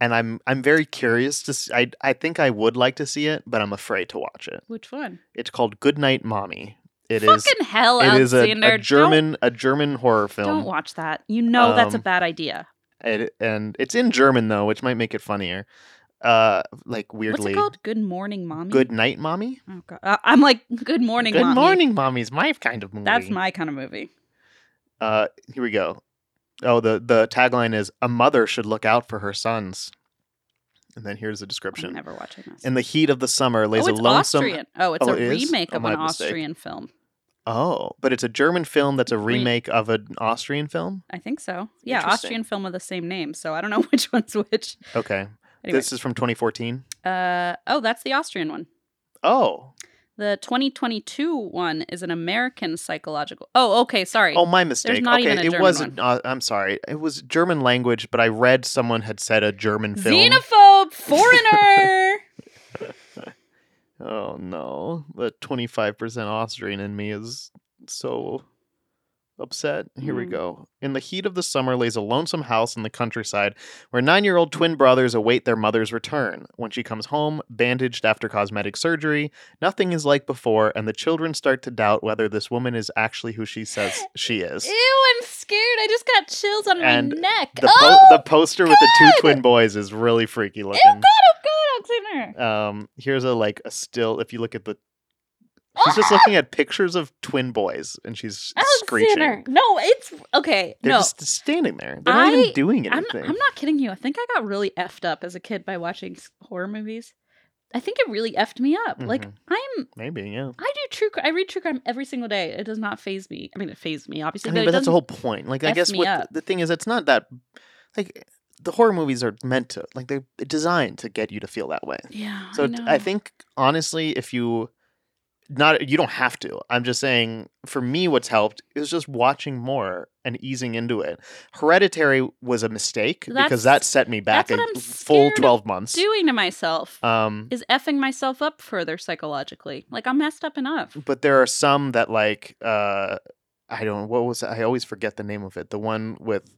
Speaker 2: and I'm I'm very curious to. See, I I think I would like to see it, but I'm afraid to watch it.
Speaker 1: Which one?
Speaker 2: It's called Goodnight Mommy. It is
Speaker 1: fucking hell,
Speaker 2: it is a,
Speaker 1: Alexander.
Speaker 2: a German a German horror
Speaker 1: Don't,
Speaker 2: film,
Speaker 1: don't watch that. You know that's a
Speaker 2: Um,
Speaker 1: bad idea.
Speaker 2: It- and it's in German though, which might make it funnier. Uh, like
Speaker 1: What's
Speaker 2: weirdly,
Speaker 1: it called? Good morning, mommy.
Speaker 2: Good Night Mommy.
Speaker 1: Oh God, Uh, I'm like, good morning,
Speaker 2: Good
Speaker 1: mommy.
Speaker 2: morning, mommy's my kind of movie.
Speaker 1: That's my kind of movie.
Speaker 2: Uh, here we go. Oh, the the tagline is a mother should look out for her sons. And then here's the
Speaker 1: I'm
Speaker 2: description.
Speaker 1: never watching this.
Speaker 2: In the heat of the summer lays
Speaker 1: oh,
Speaker 2: a
Speaker 1: it's
Speaker 2: lonesome
Speaker 1: Austrian. Oh, it's
Speaker 2: Oh,
Speaker 1: a
Speaker 2: it is?
Speaker 1: remake
Speaker 2: Oh,
Speaker 1: of
Speaker 2: my
Speaker 1: an
Speaker 2: mistake.
Speaker 1: Austrian film.
Speaker 2: Oh, but it's a German film that's a
Speaker 1: Re-
Speaker 2: remake of an Austrian film?
Speaker 1: I think so. Yeah,
Speaker 2: Interesting.
Speaker 1: Austrian film with the same name. So I don't know [laughs] which one's which.
Speaker 2: Okay.
Speaker 1: Anyway,
Speaker 2: This is from 2014.
Speaker 1: uh, oh, that's the Austrian one.
Speaker 2: Oh.
Speaker 1: The 2022 one is an American psychological. Oh, okay. Sorry.
Speaker 2: Oh, my mistake.
Speaker 1: not
Speaker 2: okay,
Speaker 1: even a
Speaker 2: it
Speaker 1: German
Speaker 2: wasn't uh, I'm sorry. It was German language, but I read someone had said a German film. [laughs]
Speaker 1: Xenophobe foreigner.
Speaker 2: Oh no. The 25% Austrian in me is so upset. Here we
Speaker 1: Mm.
Speaker 2: go. In the heat of the summer lays a lonesome house in the countryside where nine year old twin brothers await their mother's return. When she comes home, bandaged after cosmetic surgery, nothing is like before, and the children start to doubt whether this woman is actually who
Speaker 1: [laughs]
Speaker 2: she says she is.
Speaker 1: Ew, I'm scared. I just got chills on
Speaker 2: And
Speaker 1: my neck.
Speaker 2: The, po-
Speaker 1: oh,
Speaker 2: the poster with the
Speaker 1: God!
Speaker 2: two twin boys is really freaky
Speaker 1: ew, God,
Speaker 2: looking.
Speaker 1: oh, God, Alexander.
Speaker 2: Um, here's a like a still. If you look at the She's just looking
Speaker 1: [laughs]
Speaker 2: at pixures of twin boys and she's
Speaker 1: Alexander.
Speaker 2: screeching.
Speaker 1: Ah, No, it's okay.
Speaker 2: They're
Speaker 1: no,
Speaker 2: just standing there. They're not
Speaker 1: I-
Speaker 2: even doing
Speaker 1: I'm,
Speaker 2: anything.
Speaker 1: I'm not kidding you. I think I got really effed up as a kid by watching s- horror movies. I think it really effed me up. Like
Speaker 2: Mhm.
Speaker 1: I'm,
Speaker 2: Maybe, yeah.
Speaker 1: I do true. cri- I read true crime every single day. It does not phase me. I mean, it phased me obviously,
Speaker 2: I
Speaker 1: but,
Speaker 2: mean,
Speaker 1: it
Speaker 2: but that's the
Speaker 1: doesn't-
Speaker 2: whole point. Like, I
Speaker 1: F
Speaker 2: guess
Speaker 1: me
Speaker 2: what
Speaker 1: up.
Speaker 2: the thing is, it's not that. Like, the horror movies are meant to, like, they're designed to get you to feel that way.
Speaker 1: Yeah.
Speaker 2: So t-
Speaker 1: know.
Speaker 2: I, think honestly, if you not you don't have to. I'm just saying for me what's helped is just watching more and easing into it. Hereditary was a mistake because that
Speaker 1: That's-
Speaker 2: set me back
Speaker 1: that's
Speaker 2: a
Speaker 1: what I'm
Speaker 2: full
Speaker 1: scared of
Speaker 2: 12 months.
Speaker 1: doing to myself
Speaker 2: Um
Speaker 1: is effing myself up further psychologically. Like I'm messed up enough.
Speaker 2: but there are some that like uh I don't what was I always forget the name of it. The one with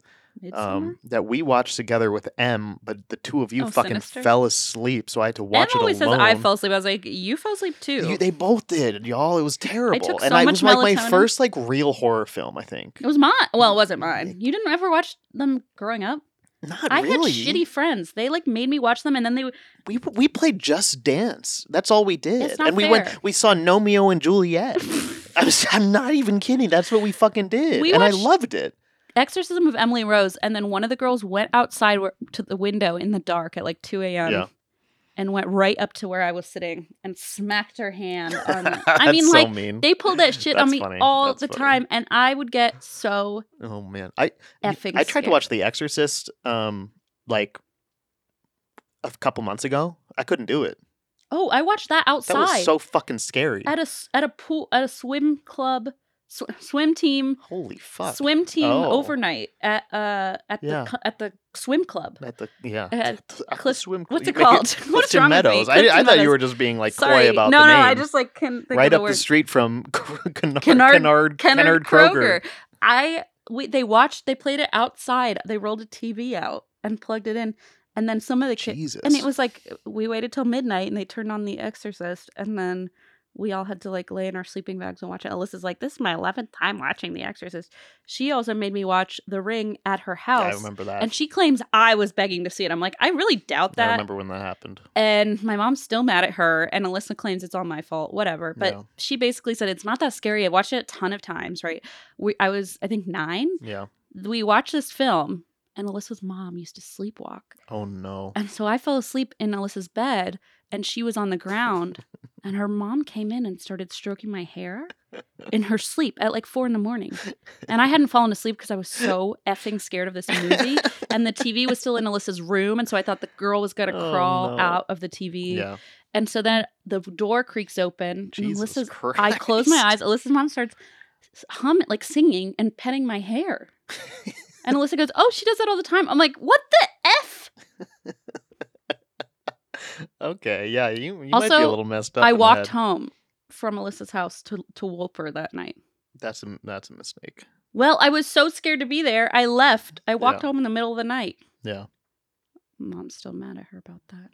Speaker 1: Midsummer?
Speaker 2: um that we watched together with M, but the two of you
Speaker 1: Oh,
Speaker 2: fucking
Speaker 1: Sinister?
Speaker 2: fell asleep, so I had to watch
Speaker 1: Em always
Speaker 2: it alone.
Speaker 1: says I fell asleep. I was like, you fell asleep too.
Speaker 2: You, they both did, y'all. It was terrible,
Speaker 1: took
Speaker 2: and
Speaker 1: so
Speaker 2: I it
Speaker 1: much
Speaker 2: was like my
Speaker 1: melatonin.
Speaker 2: first like real horror film. I think
Speaker 1: it was mine. Well, it wasn't mine. You didn't ever watch them growing up.
Speaker 2: not
Speaker 1: I
Speaker 2: really.
Speaker 1: had shitty friends. They like made me watch them, and then they would.
Speaker 2: We we played Just Dance. That's all we did,
Speaker 1: It's not
Speaker 2: and we
Speaker 1: fair.
Speaker 2: went. We saw Nomeo
Speaker 1: [laughs]
Speaker 2: and Juliet. I'm s- I'm not even kidding. That's what we fucking did,
Speaker 1: We
Speaker 2: and I
Speaker 1: watched-
Speaker 2: loved it.
Speaker 1: Exorcism of Emily Rose, and then one of the girls went outside where, to the window in the dark at like 2 a.m.
Speaker 2: Yeah.
Speaker 1: and went right up to where I was sitting and smacked her
Speaker 2: [laughs]
Speaker 1: hand on it. I
Speaker 2: That's
Speaker 1: mean,
Speaker 2: so
Speaker 1: like
Speaker 2: mean.
Speaker 1: they pull that shit on
Speaker 2: That's
Speaker 1: me
Speaker 2: funny.
Speaker 1: all
Speaker 2: That's
Speaker 1: the
Speaker 2: funny.
Speaker 1: time, and I would get so
Speaker 2: Oh man, I y-
Speaker 1: effing.
Speaker 2: I tried to
Speaker 1: scared.
Speaker 2: watch The Exorcist, um, like a couple months ago. I couldn't do it.
Speaker 1: Oh, I watched that
Speaker 2: That
Speaker 1: outside
Speaker 2: was so fucking scary.
Speaker 1: at a s- at a pool at a swim club sw- swim team
Speaker 2: Holy fuck!
Speaker 1: swim team
Speaker 2: Oh.
Speaker 1: overnight at uh at
Speaker 2: Yeah.
Speaker 1: the co- at the swim club.
Speaker 2: At the yeah.
Speaker 1: At
Speaker 2: At the
Speaker 1: Cliff-
Speaker 2: swim cl-
Speaker 1: What's
Speaker 2: you
Speaker 1: it
Speaker 2: make [laughs]
Speaker 1: called? [laughs] What's
Speaker 2: Clifton
Speaker 1: wrong with me?
Speaker 2: Meadows. I,
Speaker 1: Clifton
Speaker 2: I thought you
Speaker 1: Meadows.
Speaker 2: were just being like
Speaker 1: Sorry.
Speaker 2: coy about
Speaker 1: no,
Speaker 2: the
Speaker 1: no.
Speaker 2: name.
Speaker 1: I just like can think
Speaker 2: right
Speaker 1: of
Speaker 2: up
Speaker 1: the,
Speaker 2: the
Speaker 1: word.
Speaker 2: street from [laughs] Kennard,
Speaker 1: Kennard-
Speaker 2: Kennard,
Speaker 1: Kennard,
Speaker 2: Kennard
Speaker 1: Kroger. I we, they watched they played it outside. They rolled a TV out and plugged it in, and then some of the kids
Speaker 2: Jesus.
Speaker 1: and it was like we waited till midnight and they turned on The Exorcist, and then we all had to like lay in our sleeping bags and watch it. Alyssa's like, "This is my eleventh time watching The Exorcist." She also made me watch The Ring at her
Speaker 2: Yeah,
Speaker 1: house,
Speaker 2: I remember that.
Speaker 1: and she claims I was begging to see it. I'm like, I really doubt
Speaker 2: I
Speaker 1: that.
Speaker 2: remember when that happened.
Speaker 1: And my mom's still mad at her, and Alyssa claims it's all my fault, whatever. But
Speaker 2: Yeah.
Speaker 1: she basically said it's not that scary. I watched it a ton of times, right? We, I was, I think, nine.
Speaker 2: Yeah.
Speaker 1: We watched this film, and Alyssa's mom used to sleepwalk.
Speaker 2: Oh no.
Speaker 1: And so I fell asleep in Alyssa's bed, and she was on the
Speaker 2: [laughs]
Speaker 1: ground, and her mom came in and started stroking my hair in her sleep at like four in the morning. And I hadn't fallen asleep because I was so effing scared of this movie. [laughs] And the TV was still in Alyssa's room, and so I thought the girl was gonna
Speaker 2: Oh,
Speaker 1: crawl
Speaker 2: no.
Speaker 1: out of the TV.
Speaker 2: yeah.
Speaker 1: And so then the door creaks open.
Speaker 2: Jesus
Speaker 1: and Alyssa's,
Speaker 2: [laughs] Christ.
Speaker 1: I close my eyes. Alyssa's mom starts humming, like singing and petting my
Speaker 2: [laughs]
Speaker 1: hair. and Alyssa goes, "Oh, she does that all the time." I'm like, "What the f?"
Speaker 2: Okay. Yeah. You, you might be
Speaker 1: Also,
Speaker 2: a little messed up.
Speaker 1: I
Speaker 2: in the
Speaker 1: walked
Speaker 2: head.
Speaker 1: home from Alyssa's house to to Wolper that night.
Speaker 2: That's a that's a mistake.
Speaker 1: Well, I was so scared to be there. I left. I walked
Speaker 2: Yeah.
Speaker 1: home in the middle of the night.
Speaker 2: Yeah.
Speaker 1: Mom's still mad at her about that.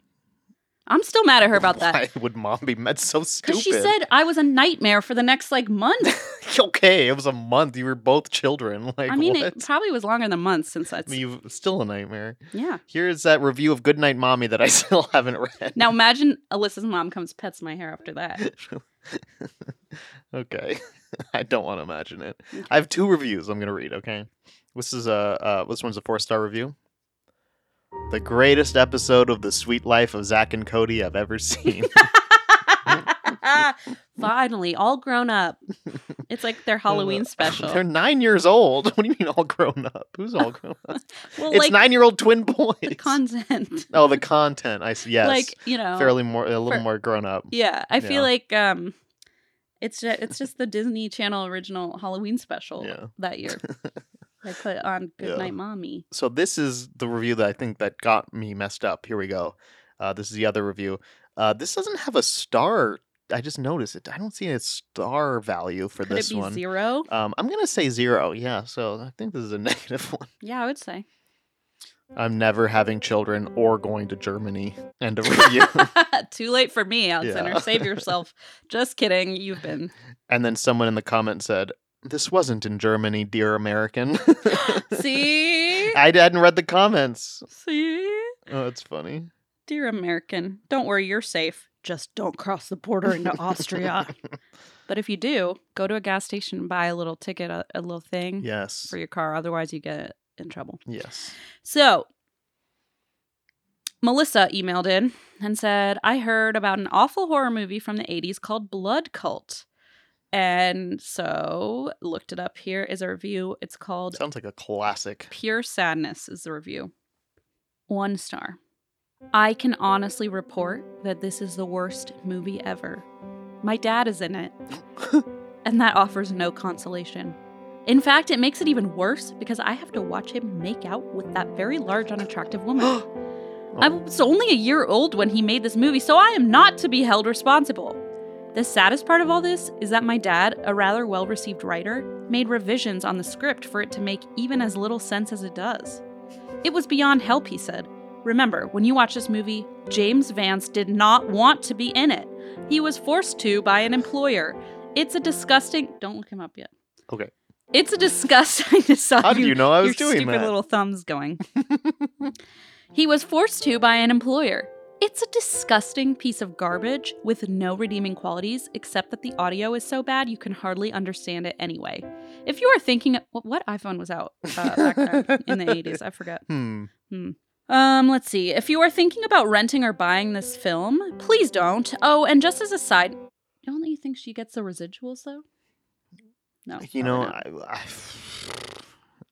Speaker 1: I'm still mad at her about that.
Speaker 2: [laughs] Why would mom be mad? So stupid.
Speaker 1: Because she said I was a nightmare for the next like month.
Speaker 2: [laughs] okay, it was a month. You were both children. [laughs] Like,
Speaker 1: I mean,
Speaker 2: what?
Speaker 1: it probably was longer than months since
Speaker 2: I
Speaker 1: that's.
Speaker 2: mean, you've still a nightmare.
Speaker 1: yeah.
Speaker 2: Here's that review of Goodnight Mommy that I [laughs] still haven't read.
Speaker 1: Now imagine Alyssa's mom comes pets my hair after that.
Speaker 2: [laughs] okay. [laughs] I don't want to imagine it. I have two reviews I'm gonna read. Okay, this is a uh, this one's a four star review. The greatest episode of the Sweet Life of Zach and Cody I've ever [laughs] seen.
Speaker 1: Finally, all grown up. It's like
Speaker 2: [laughs]
Speaker 1: their Halloween special.
Speaker 2: They're nine years old. [laughs] What do you mean all grown up? Who's
Speaker 1: [laughs]
Speaker 2: all grown up?
Speaker 1: well,
Speaker 2: it's
Speaker 1: like
Speaker 2: nine year old twin [laughs] boys.
Speaker 1: the content. [laughs]
Speaker 2: oh, the content. I see. Yes.
Speaker 1: Like you know,
Speaker 2: fairly more a little
Speaker 1: fair-
Speaker 2: more grown up.
Speaker 1: yeah. I feel
Speaker 2: Yeah.
Speaker 1: like um, it's just, it's just the Disney Channel original Halloween special
Speaker 2: Yeah.
Speaker 1: that
Speaker 2: [laughs]
Speaker 1: year. They put on
Speaker 2: Yeah.
Speaker 1: Good Night Mommy.
Speaker 2: So this is the review that I think that got me messed up. Here we go. Uh, this is the other review. Uh, this doesn't have a star. I just noticed it. I don't see a star value for
Speaker 1: Could
Speaker 2: this
Speaker 1: it be
Speaker 2: one.
Speaker 1: zero?
Speaker 2: Um, I'm gonna say zero. Yeah. So I think this is a [laughs] negative one.
Speaker 1: Yeah, I would
Speaker 2: [laughs]
Speaker 1: say.
Speaker 2: I'm never having children or going to Germany. End
Speaker 1: [laughs]
Speaker 2: of review.
Speaker 1: Too late for me, Alexander.
Speaker 2: Yeah.
Speaker 1: Save
Speaker 2: [laughs]
Speaker 1: yourself. Just kidding. You've been
Speaker 2: and then someone in the comment said, "This wasn't in Germany,
Speaker 1: [laughs]
Speaker 2: dear American." [laughs]
Speaker 1: see
Speaker 2: I hadn't read the comments.
Speaker 1: see.
Speaker 2: Oh, that's funny.
Speaker 1: Dear American, don't worry, you're safe. Just don't cross the border into Austria. But if you do, go to a gas station and buy a little ticket, a, a little thing
Speaker 2: Yes.
Speaker 1: for your car. Otherwise, you get in trouble. [laughs]
Speaker 2: Yes.
Speaker 1: So, Melissa emailed in and said, I heard about an awful horror movie from the 80s called Blood Cult. And so, looked it up. Here is a review. It's called
Speaker 2: Sounds like
Speaker 1: [laughs]
Speaker 2: a classic.
Speaker 1: Pure Sadness is the review. One star. I can honestly report that this is the worst movie ever. My dad is in it, and that offers no consolation. In fact, it makes it even worse because I have to watch him make out with that very large, unattractive woman. [gasps] I was only a year old when he made this movie, so I am not to be held responsible. The saddest part of all this is that my dad, a rather well received writer, made revisions on the script for it to make even as little sense as it does. It was beyond help, he said. Remember, when you watch this movie, James Vance did not want to be in it. He was forced to by an employer. It's a disgusting. Don't look him up yet.
Speaker 2: Okay.
Speaker 1: It's a disgusting. [laughs] I saw
Speaker 2: How did you know I was
Speaker 1: your
Speaker 2: doing
Speaker 1: stupid
Speaker 2: that?
Speaker 1: little thumbs going. he was forced to by an employer. It's a disgusting piece of garbage with no redeeming qualities, except that the audio is so bad you can hardly understand it anyway. If you are thinking, what, what iPhone was out uh, back then in the 80s? I forget.
Speaker 2: Hmm.
Speaker 1: Um, let's see. If you are thinking about renting or buying this film, please don't. Oh, and just as a side, don't you think she gets the residuals though? No, probably
Speaker 2: you know,
Speaker 1: not.
Speaker 2: I, I, [sighs] I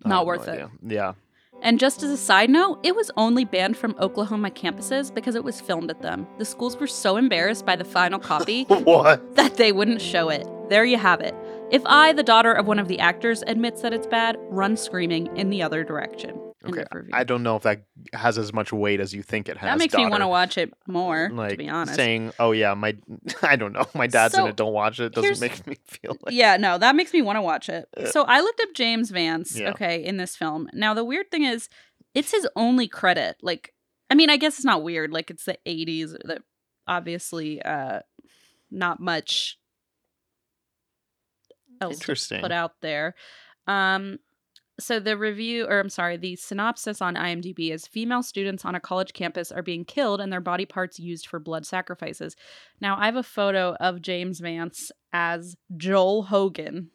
Speaker 1: Not
Speaker 2: have
Speaker 1: worth it.
Speaker 2: idea.
Speaker 1: [laughs]
Speaker 2: Yeah.
Speaker 1: And just as a side note, it was only banned from Oklahoma campuses because it was filmed at them. The schools were so embarrassed by the final
Speaker 2: [laughs]
Speaker 1: copy [laughs]
Speaker 2: What?
Speaker 1: that they wouldn't show it. There you have it. If I, the daughter of one of the actors, admits that it's bad, run screaming in the other direction. End
Speaker 2: Okay,
Speaker 1: of review.
Speaker 2: I don't know if that has as much weight as you think it has.
Speaker 1: that makes me want to
Speaker 2: daughter.
Speaker 1: watch it more,
Speaker 2: Like
Speaker 1: to be honest.
Speaker 2: saying, "Oh yeah, my [laughs] I don't know, my dad's
Speaker 1: So,
Speaker 2: in it. Don't watch it."
Speaker 1: here's-
Speaker 2: Doesn't make me [laughs] feel like
Speaker 1: [laughs] yeah, no, that makes me want to watch it.
Speaker 2: Uh.
Speaker 1: So I looked up James Vance,
Speaker 2: Yeah.
Speaker 1: okay, in this film. Now the weird thing is it's his only credit. Like I mean, I guess it's not weird. Like it's the 80s that obviously uh not much else was
Speaker 2: interesting.
Speaker 1: put out there. Um so the review or I'm sorry, the synopsis on IMDb is female students on a college campus are being killed and their body parts used for blood sacrifices. Now, I have a photo of James Vance as Joel Hogan.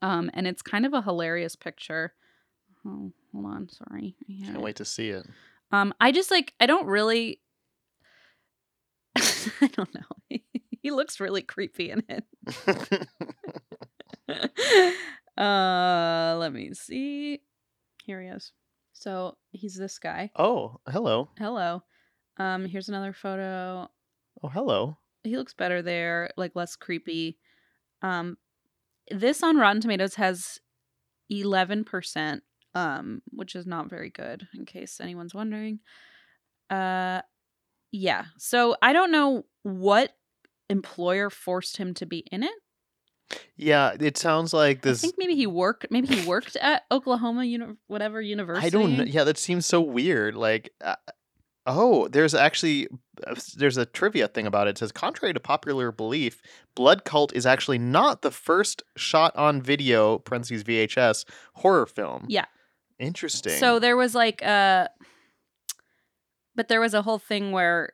Speaker 1: Um, and it's kind of a hilarious picture. Oh, hold on. Sorry. I had
Speaker 2: Can't
Speaker 1: it.
Speaker 2: wait to see
Speaker 1: [laughs]
Speaker 2: it. [laughs]
Speaker 1: Um, I just like, I don't really. [laughs] I don't know. [laughs] he looks really creepy in it. [laughs] uh, let me see. Here he is. So he's this guy.
Speaker 2: oh, hello.
Speaker 1: Hello. Um, here's another photo
Speaker 2: Oh, hello.
Speaker 1: he looks better there, like less creepy. Um this on Rotten Tomatoes has 11%, um which is not very good in case anyone's wondering. Uh yeah. So I don't know what employer forced him to be in it.
Speaker 2: Yeah, it sounds like
Speaker 1: I
Speaker 2: this.
Speaker 1: think maybe he worked maybe he worked at Oklahoma uni- whatever university.
Speaker 2: I don't. kn- Yeah, that seems so weird. Like, uh, oh, there's actually uh, s- there's a trivia thing about it. It says, contrary to popular belief, Blood Cult is actually not the first shot on video (parentheses VHS) horror film.
Speaker 1: Yeah.
Speaker 2: Interesting.
Speaker 1: So
Speaker 2: [laughs]
Speaker 1: there was like uh but there was a whole thing where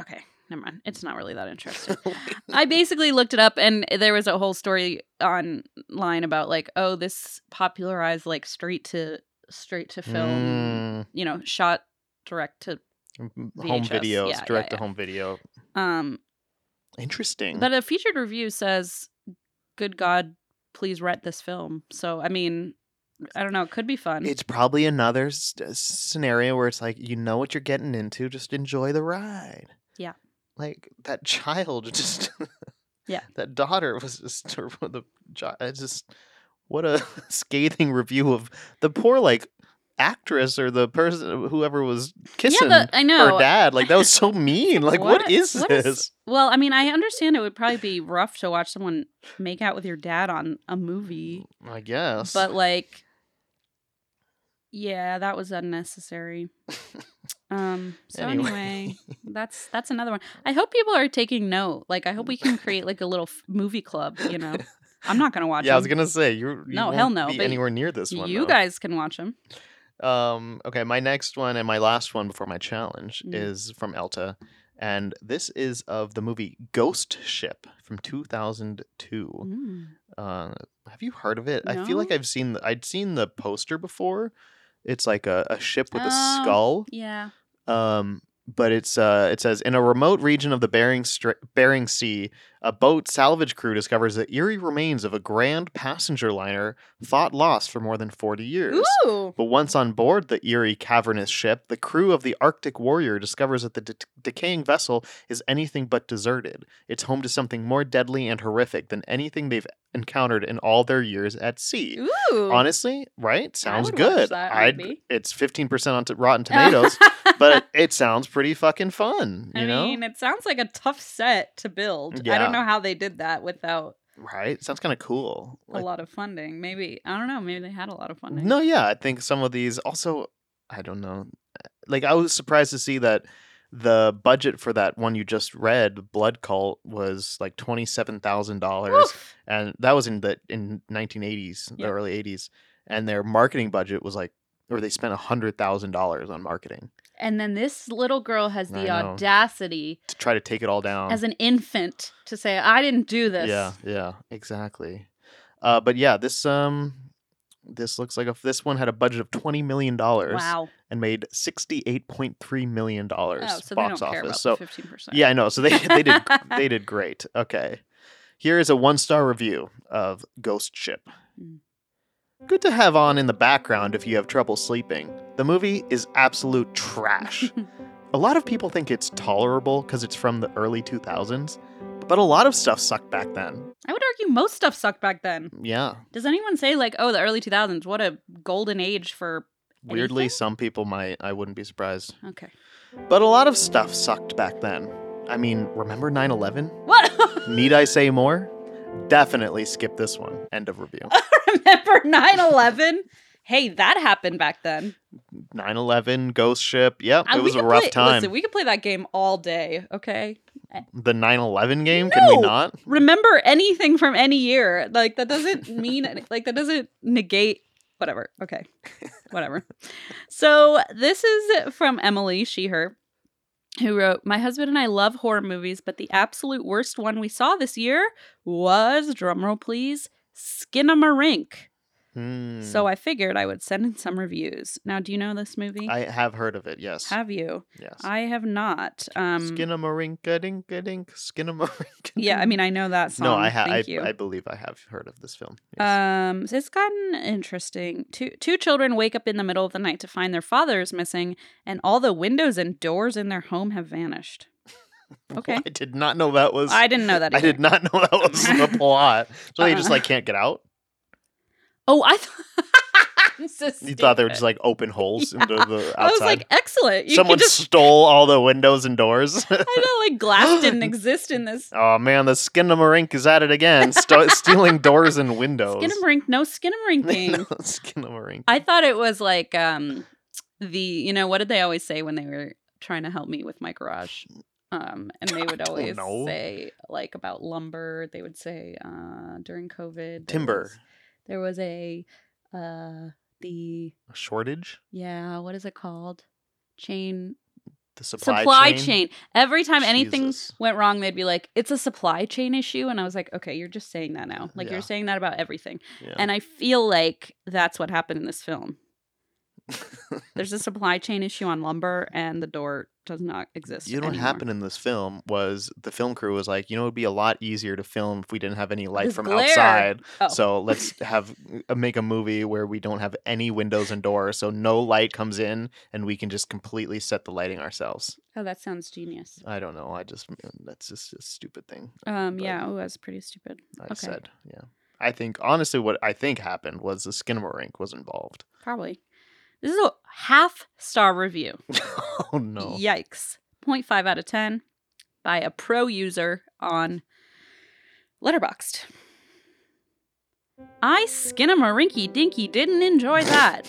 Speaker 1: Okay, never mind. It's not really that
Speaker 2: [laughs]
Speaker 1: interesting.
Speaker 2: Hmm.
Speaker 1: I basically looked it up and there was a whole story online about like, oh, this popularized like straight to straight to film, you know, shot direct to
Speaker 2: Mm, m- home
Speaker 1: VHS,
Speaker 2: videos,
Speaker 1: yeah, yeah,
Speaker 2: direct to
Speaker 1: yeah.
Speaker 2: home video.
Speaker 1: um
Speaker 2: Interesting.
Speaker 1: but a featured review says good god, please rent this film. So, I mean, I don't know, it could be fun.
Speaker 2: it's probably another s- s- scenario where it's like you know what you're getting into. Just enjoy the ride.
Speaker 1: Yeah.
Speaker 2: Like that child [laughs] just.
Speaker 1: Yeah.
Speaker 2: That daughter was just or [laughs] the chi- I just what a [laughs] scathing review of the poor like actress or the person whoever was kissing
Speaker 1: yeah, the, I know.
Speaker 2: her dad. Like that was
Speaker 1: [laughs]
Speaker 2: so mean. Like
Speaker 1: What-
Speaker 2: what is
Speaker 1: what is-
Speaker 2: this?
Speaker 1: Well, I mean, I understand it would probably be rough to watch someone make out with your dad on a movie,
Speaker 2: I guess.
Speaker 1: but like, yeah, that was
Speaker 2: [laughs]
Speaker 1: unnecessary. Um. So anyway.
Speaker 2: Anyway. [laughs]
Speaker 1: that's that's another one. I hope people are taking note. Like, I hope we can create like a little f- movie club. You
Speaker 2: [laughs]
Speaker 1: know, I'm not gonna watch.
Speaker 2: yeah, I was
Speaker 1: them.
Speaker 2: gonna say you're you
Speaker 1: No,
Speaker 2: won't
Speaker 1: hell no,
Speaker 2: be
Speaker 1: but
Speaker 2: anywhere near this one.
Speaker 1: You
Speaker 2: though.
Speaker 1: guys can watch them.
Speaker 2: Um, okay, my next one and my last one before my challenge
Speaker 1: Mm.
Speaker 2: is from Elta, and this is of the movie Ghost Ship from 2002. Uh, have you heard of it? I feel like
Speaker 1: Mm. No.
Speaker 2: I've seen the, I'd seen the poster before. It's like a, a ship with
Speaker 1: Oh.
Speaker 2: a skull.
Speaker 1: Yeah.
Speaker 2: Um, but it's uh, it says in a remote region of the Bering Stra- Bering Sea, a boat salvage crew discovers the eerie remains of a grand passenger liner thought lost for more than 40 years.
Speaker 1: Ooh.
Speaker 2: But once on board the eerie, cavernous ship, the crew of the Arctic Warrior discovers that the de- decaying vessel is anything but deserted. It's home to something more deadly and horrific than anything they've encountered in all their years at sea.
Speaker 1: Ooh.
Speaker 2: Honestly, right? Sounds
Speaker 1: would watch
Speaker 2: good.
Speaker 1: that
Speaker 2: I'd-
Speaker 1: movie.
Speaker 2: it's 15% on t-
Speaker 1: [laughs]
Speaker 2: Rotten Tomatoes, but it sounds pretty fucking fun, you
Speaker 1: I
Speaker 2: know?
Speaker 1: mean, it sounds like a tough set to build. I
Speaker 2: Yeah.
Speaker 1: don't know how they did that without
Speaker 2: right? Sounds kind of cool.
Speaker 1: a
Speaker 2: Like-
Speaker 1: lot of funding. Maybe I don't know. Maybe they had a lot of funding.
Speaker 2: No, yeah, I think some of these also. I don't know. Like I was surprised to see that the budget for that one you just read, Blood Cult, was like twenty seven thousand dollars,
Speaker 1: Oof.
Speaker 2: and that was in the in nineteen eighties,
Speaker 1: Yeah.
Speaker 2: the early eighties, and their marketing budget was like, or they spent hundred thousand dollars on marketing
Speaker 1: And then this little girl has the
Speaker 2: I know.
Speaker 1: audacity
Speaker 2: to try to take it all down.
Speaker 1: as an infant to say, "I didn't do this."
Speaker 2: Yeah, yeah, exactly. Uh, but yeah, this um, This looks like a, this one had a budget of twenty million dollars
Speaker 1: Wow.
Speaker 2: and made sixty eight point three million
Speaker 1: Oh,
Speaker 2: dollars
Speaker 1: so they don't
Speaker 2: box
Speaker 1: care about
Speaker 2: office. So
Speaker 1: fifteen percent.
Speaker 2: yeah, I know. So they they
Speaker 1: [laughs]
Speaker 2: did they did great. Okay, here is a one star review of Ghost Ship.
Speaker 1: Mm.
Speaker 2: Good to have on in the background if you have trouble sleeping. The movie is absolute
Speaker 1: [laughs]
Speaker 2: trash. a lot of people think it's tolerable because it's from the early 2000s, but a lot of stuff sucked back then.
Speaker 1: I would argue most stuff sucked back then.
Speaker 2: Yeah.
Speaker 1: Does anyone say like, oh, the early two thousands? What a golden age for
Speaker 2: Weirdly,
Speaker 1: Anything?
Speaker 2: some people might. I wouldn't be surprised.
Speaker 1: okay.
Speaker 2: But a lot of stuff sucked back then. I mean, remember 9 11?
Speaker 1: What? [laughs]
Speaker 2: Need I say more? Definitely skip this one. End
Speaker 1: [laughs]
Speaker 2: of review.
Speaker 1: Remember [laughs] 9-11? hey, that happened back then.
Speaker 2: 9 11, Ghost Ship. Yep,
Speaker 1: Uh,
Speaker 2: it
Speaker 1: we
Speaker 2: was a
Speaker 1: could
Speaker 2: rough
Speaker 1: play-
Speaker 2: time.
Speaker 1: Listen, we could play that game all day. Okay.
Speaker 2: The 9 11 game? Can we
Speaker 1: No!
Speaker 2: not?
Speaker 1: remember anything from any year. Like that
Speaker 2: [laughs]
Speaker 1: doesn't mean any- like that doesn't negate whatever. Okay. Whatever. So this is from Emily She Her who wrote, "My husband and I love horror movies, but the absolute worst one we saw this year was drumroll please, Skinamarink.
Speaker 2: Hmm.
Speaker 1: So I figured I would send in some reviews. Now, do you know this movie?
Speaker 2: I have heard of it, yes.
Speaker 1: have you?
Speaker 2: yes.
Speaker 1: I have not. Um
Speaker 2: Skinnamarink dink dink Skinnamarink.
Speaker 1: Yeah, I mean I know that song.
Speaker 2: No, I have. I,
Speaker 1: um, Thank you.
Speaker 2: I believe I have heard of this film. Yes.
Speaker 1: Um, so it's gotten interesting. Two two children wake up in the middle of the night to find their father is missing, and all the windows and doors in their home have
Speaker 2: [laughs]
Speaker 1: vanished. Uh, Okay,
Speaker 2: I did not know that was.
Speaker 1: I didn't know that.
Speaker 2: I
Speaker 1: Either.
Speaker 2: did not [laughs]
Speaker 1: [laughs]
Speaker 2: know that was the plot. So they just
Speaker 1: Uh-uh.
Speaker 2: like can't
Speaker 1: [laughs]
Speaker 2: get out.
Speaker 1: Oh, I thought. [laughs] I'm so
Speaker 2: You thought they were
Speaker 1: stupid.
Speaker 2: just like open holes
Speaker 1: [laughs]
Speaker 2: into
Speaker 1: Yeah.
Speaker 2: the outside.
Speaker 1: I was like, excellent. You
Speaker 2: Someone
Speaker 1: could just.
Speaker 2: stole all the windows and doors. [laughs]
Speaker 1: I know, like glass didn't exist in this.
Speaker 2: oh man, the Skinamarink is at it
Speaker 1: [laughs]
Speaker 2: again, sto- stealing doors and windows. [laughs]
Speaker 1: Skinamarink, no skinamarink.
Speaker 2: no, Skinamarink.
Speaker 1: I thought it was like um the you know what did they always say when they were trying to help me with my garage? Um and they would
Speaker 2: don't
Speaker 1: always
Speaker 2: know.
Speaker 1: say like about lumber, they would say uh during COVID there
Speaker 2: Timber
Speaker 1: was- There was, a uh the
Speaker 2: shortage.
Speaker 1: yeah, what is it called? Chain
Speaker 2: The
Speaker 1: supply,
Speaker 2: supply,
Speaker 1: chain. Every time anything
Speaker 2: Jesus.
Speaker 1: went wrong, they'd be like, "It's a supply chain issue," and I was like, "Okay, you're just saying that now. Like
Speaker 2: Yeah.
Speaker 1: you're saying that about everything."
Speaker 2: Yeah. [laughs]
Speaker 1: And I feel like that's what happened in this film.
Speaker 2: [laughs]
Speaker 1: There's a supply chain issue on lumber, and the door does not exist.
Speaker 2: You know what
Speaker 1: anymore.
Speaker 2: happened in this film was the film crew was like, you know, it'd be a lot easier to film if we didn't have any light
Speaker 1: This
Speaker 2: from
Speaker 1: glare.
Speaker 2: outside.
Speaker 1: Oh.
Speaker 2: So let's have uh, make a movie where we don't have any windows and doors, so no light comes in, and we can just completely set the lighting ourselves.
Speaker 1: Oh, that sounds genius.
Speaker 2: I don't know. I just mm, that's just a stupid thing
Speaker 1: Um,
Speaker 2: but-
Speaker 1: yeah, it was pretty stupid.
Speaker 2: I
Speaker 1: Okay.
Speaker 2: said. Yeah, I think honestly, what I think happened was the Skinamarink was involved. [laughs]
Speaker 1: Probably. This is a half star review.
Speaker 2: oh no!
Speaker 1: Yikes. 0.5 out of 10 by a pro user on Letterboxd. I skinamarinky dinky didn't enjoy that.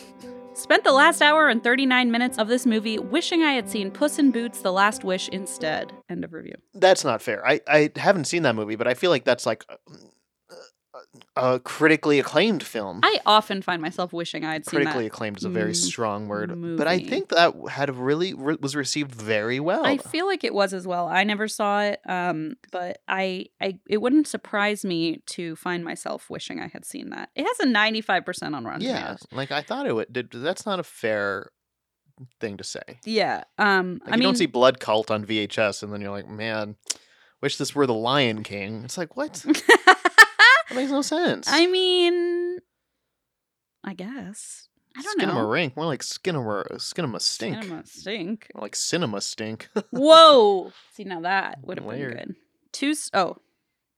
Speaker 1: Spent the last hour and 39 minutes of this movie wishing I had seen Puss in Boots The Last Wish instead. End of review.
Speaker 2: that's not fair. I, I haven't seen that movie, but I feel like that's like a, a critically acclaimed film.
Speaker 1: I often find myself wishing I had seen
Speaker 2: critically
Speaker 1: that.
Speaker 2: acclaimed is a very
Speaker 1: Mm,
Speaker 2: strong word, but I
Speaker 1: movie.
Speaker 2: think that had a really re- was received very well.
Speaker 1: I feel like it was as well. I never saw it, um, but I, I it wouldn't surprise me to find myself wishing I had seen that. It has a 95% on Rotten
Speaker 2: yeah,
Speaker 1: Tomatoes.
Speaker 2: like I thought it would. Did, that's not a fair thing to say.
Speaker 1: Yeah. Um.
Speaker 2: Like,
Speaker 1: I
Speaker 2: you
Speaker 1: mean, [laughs]
Speaker 2: don't see Blood Cult on VHS, and then you're like, man, wish this were the Lion King. It's
Speaker 1: [laughs]
Speaker 2: like what? That makes no sense.
Speaker 1: I mean, I guess I don't
Speaker 2: Skinema
Speaker 1: know.
Speaker 2: Rink, more like Skinema Skinema Stink,
Speaker 1: Cinema
Speaker 2: [laughs]
Speaker 1: stink.
Speaker 2: More like Cinema Stink. [laughs]
Speaker 1: Whoa. See now that would have been
Speaker 2: Weird.
Speaker 1: good. Two. s- Oh,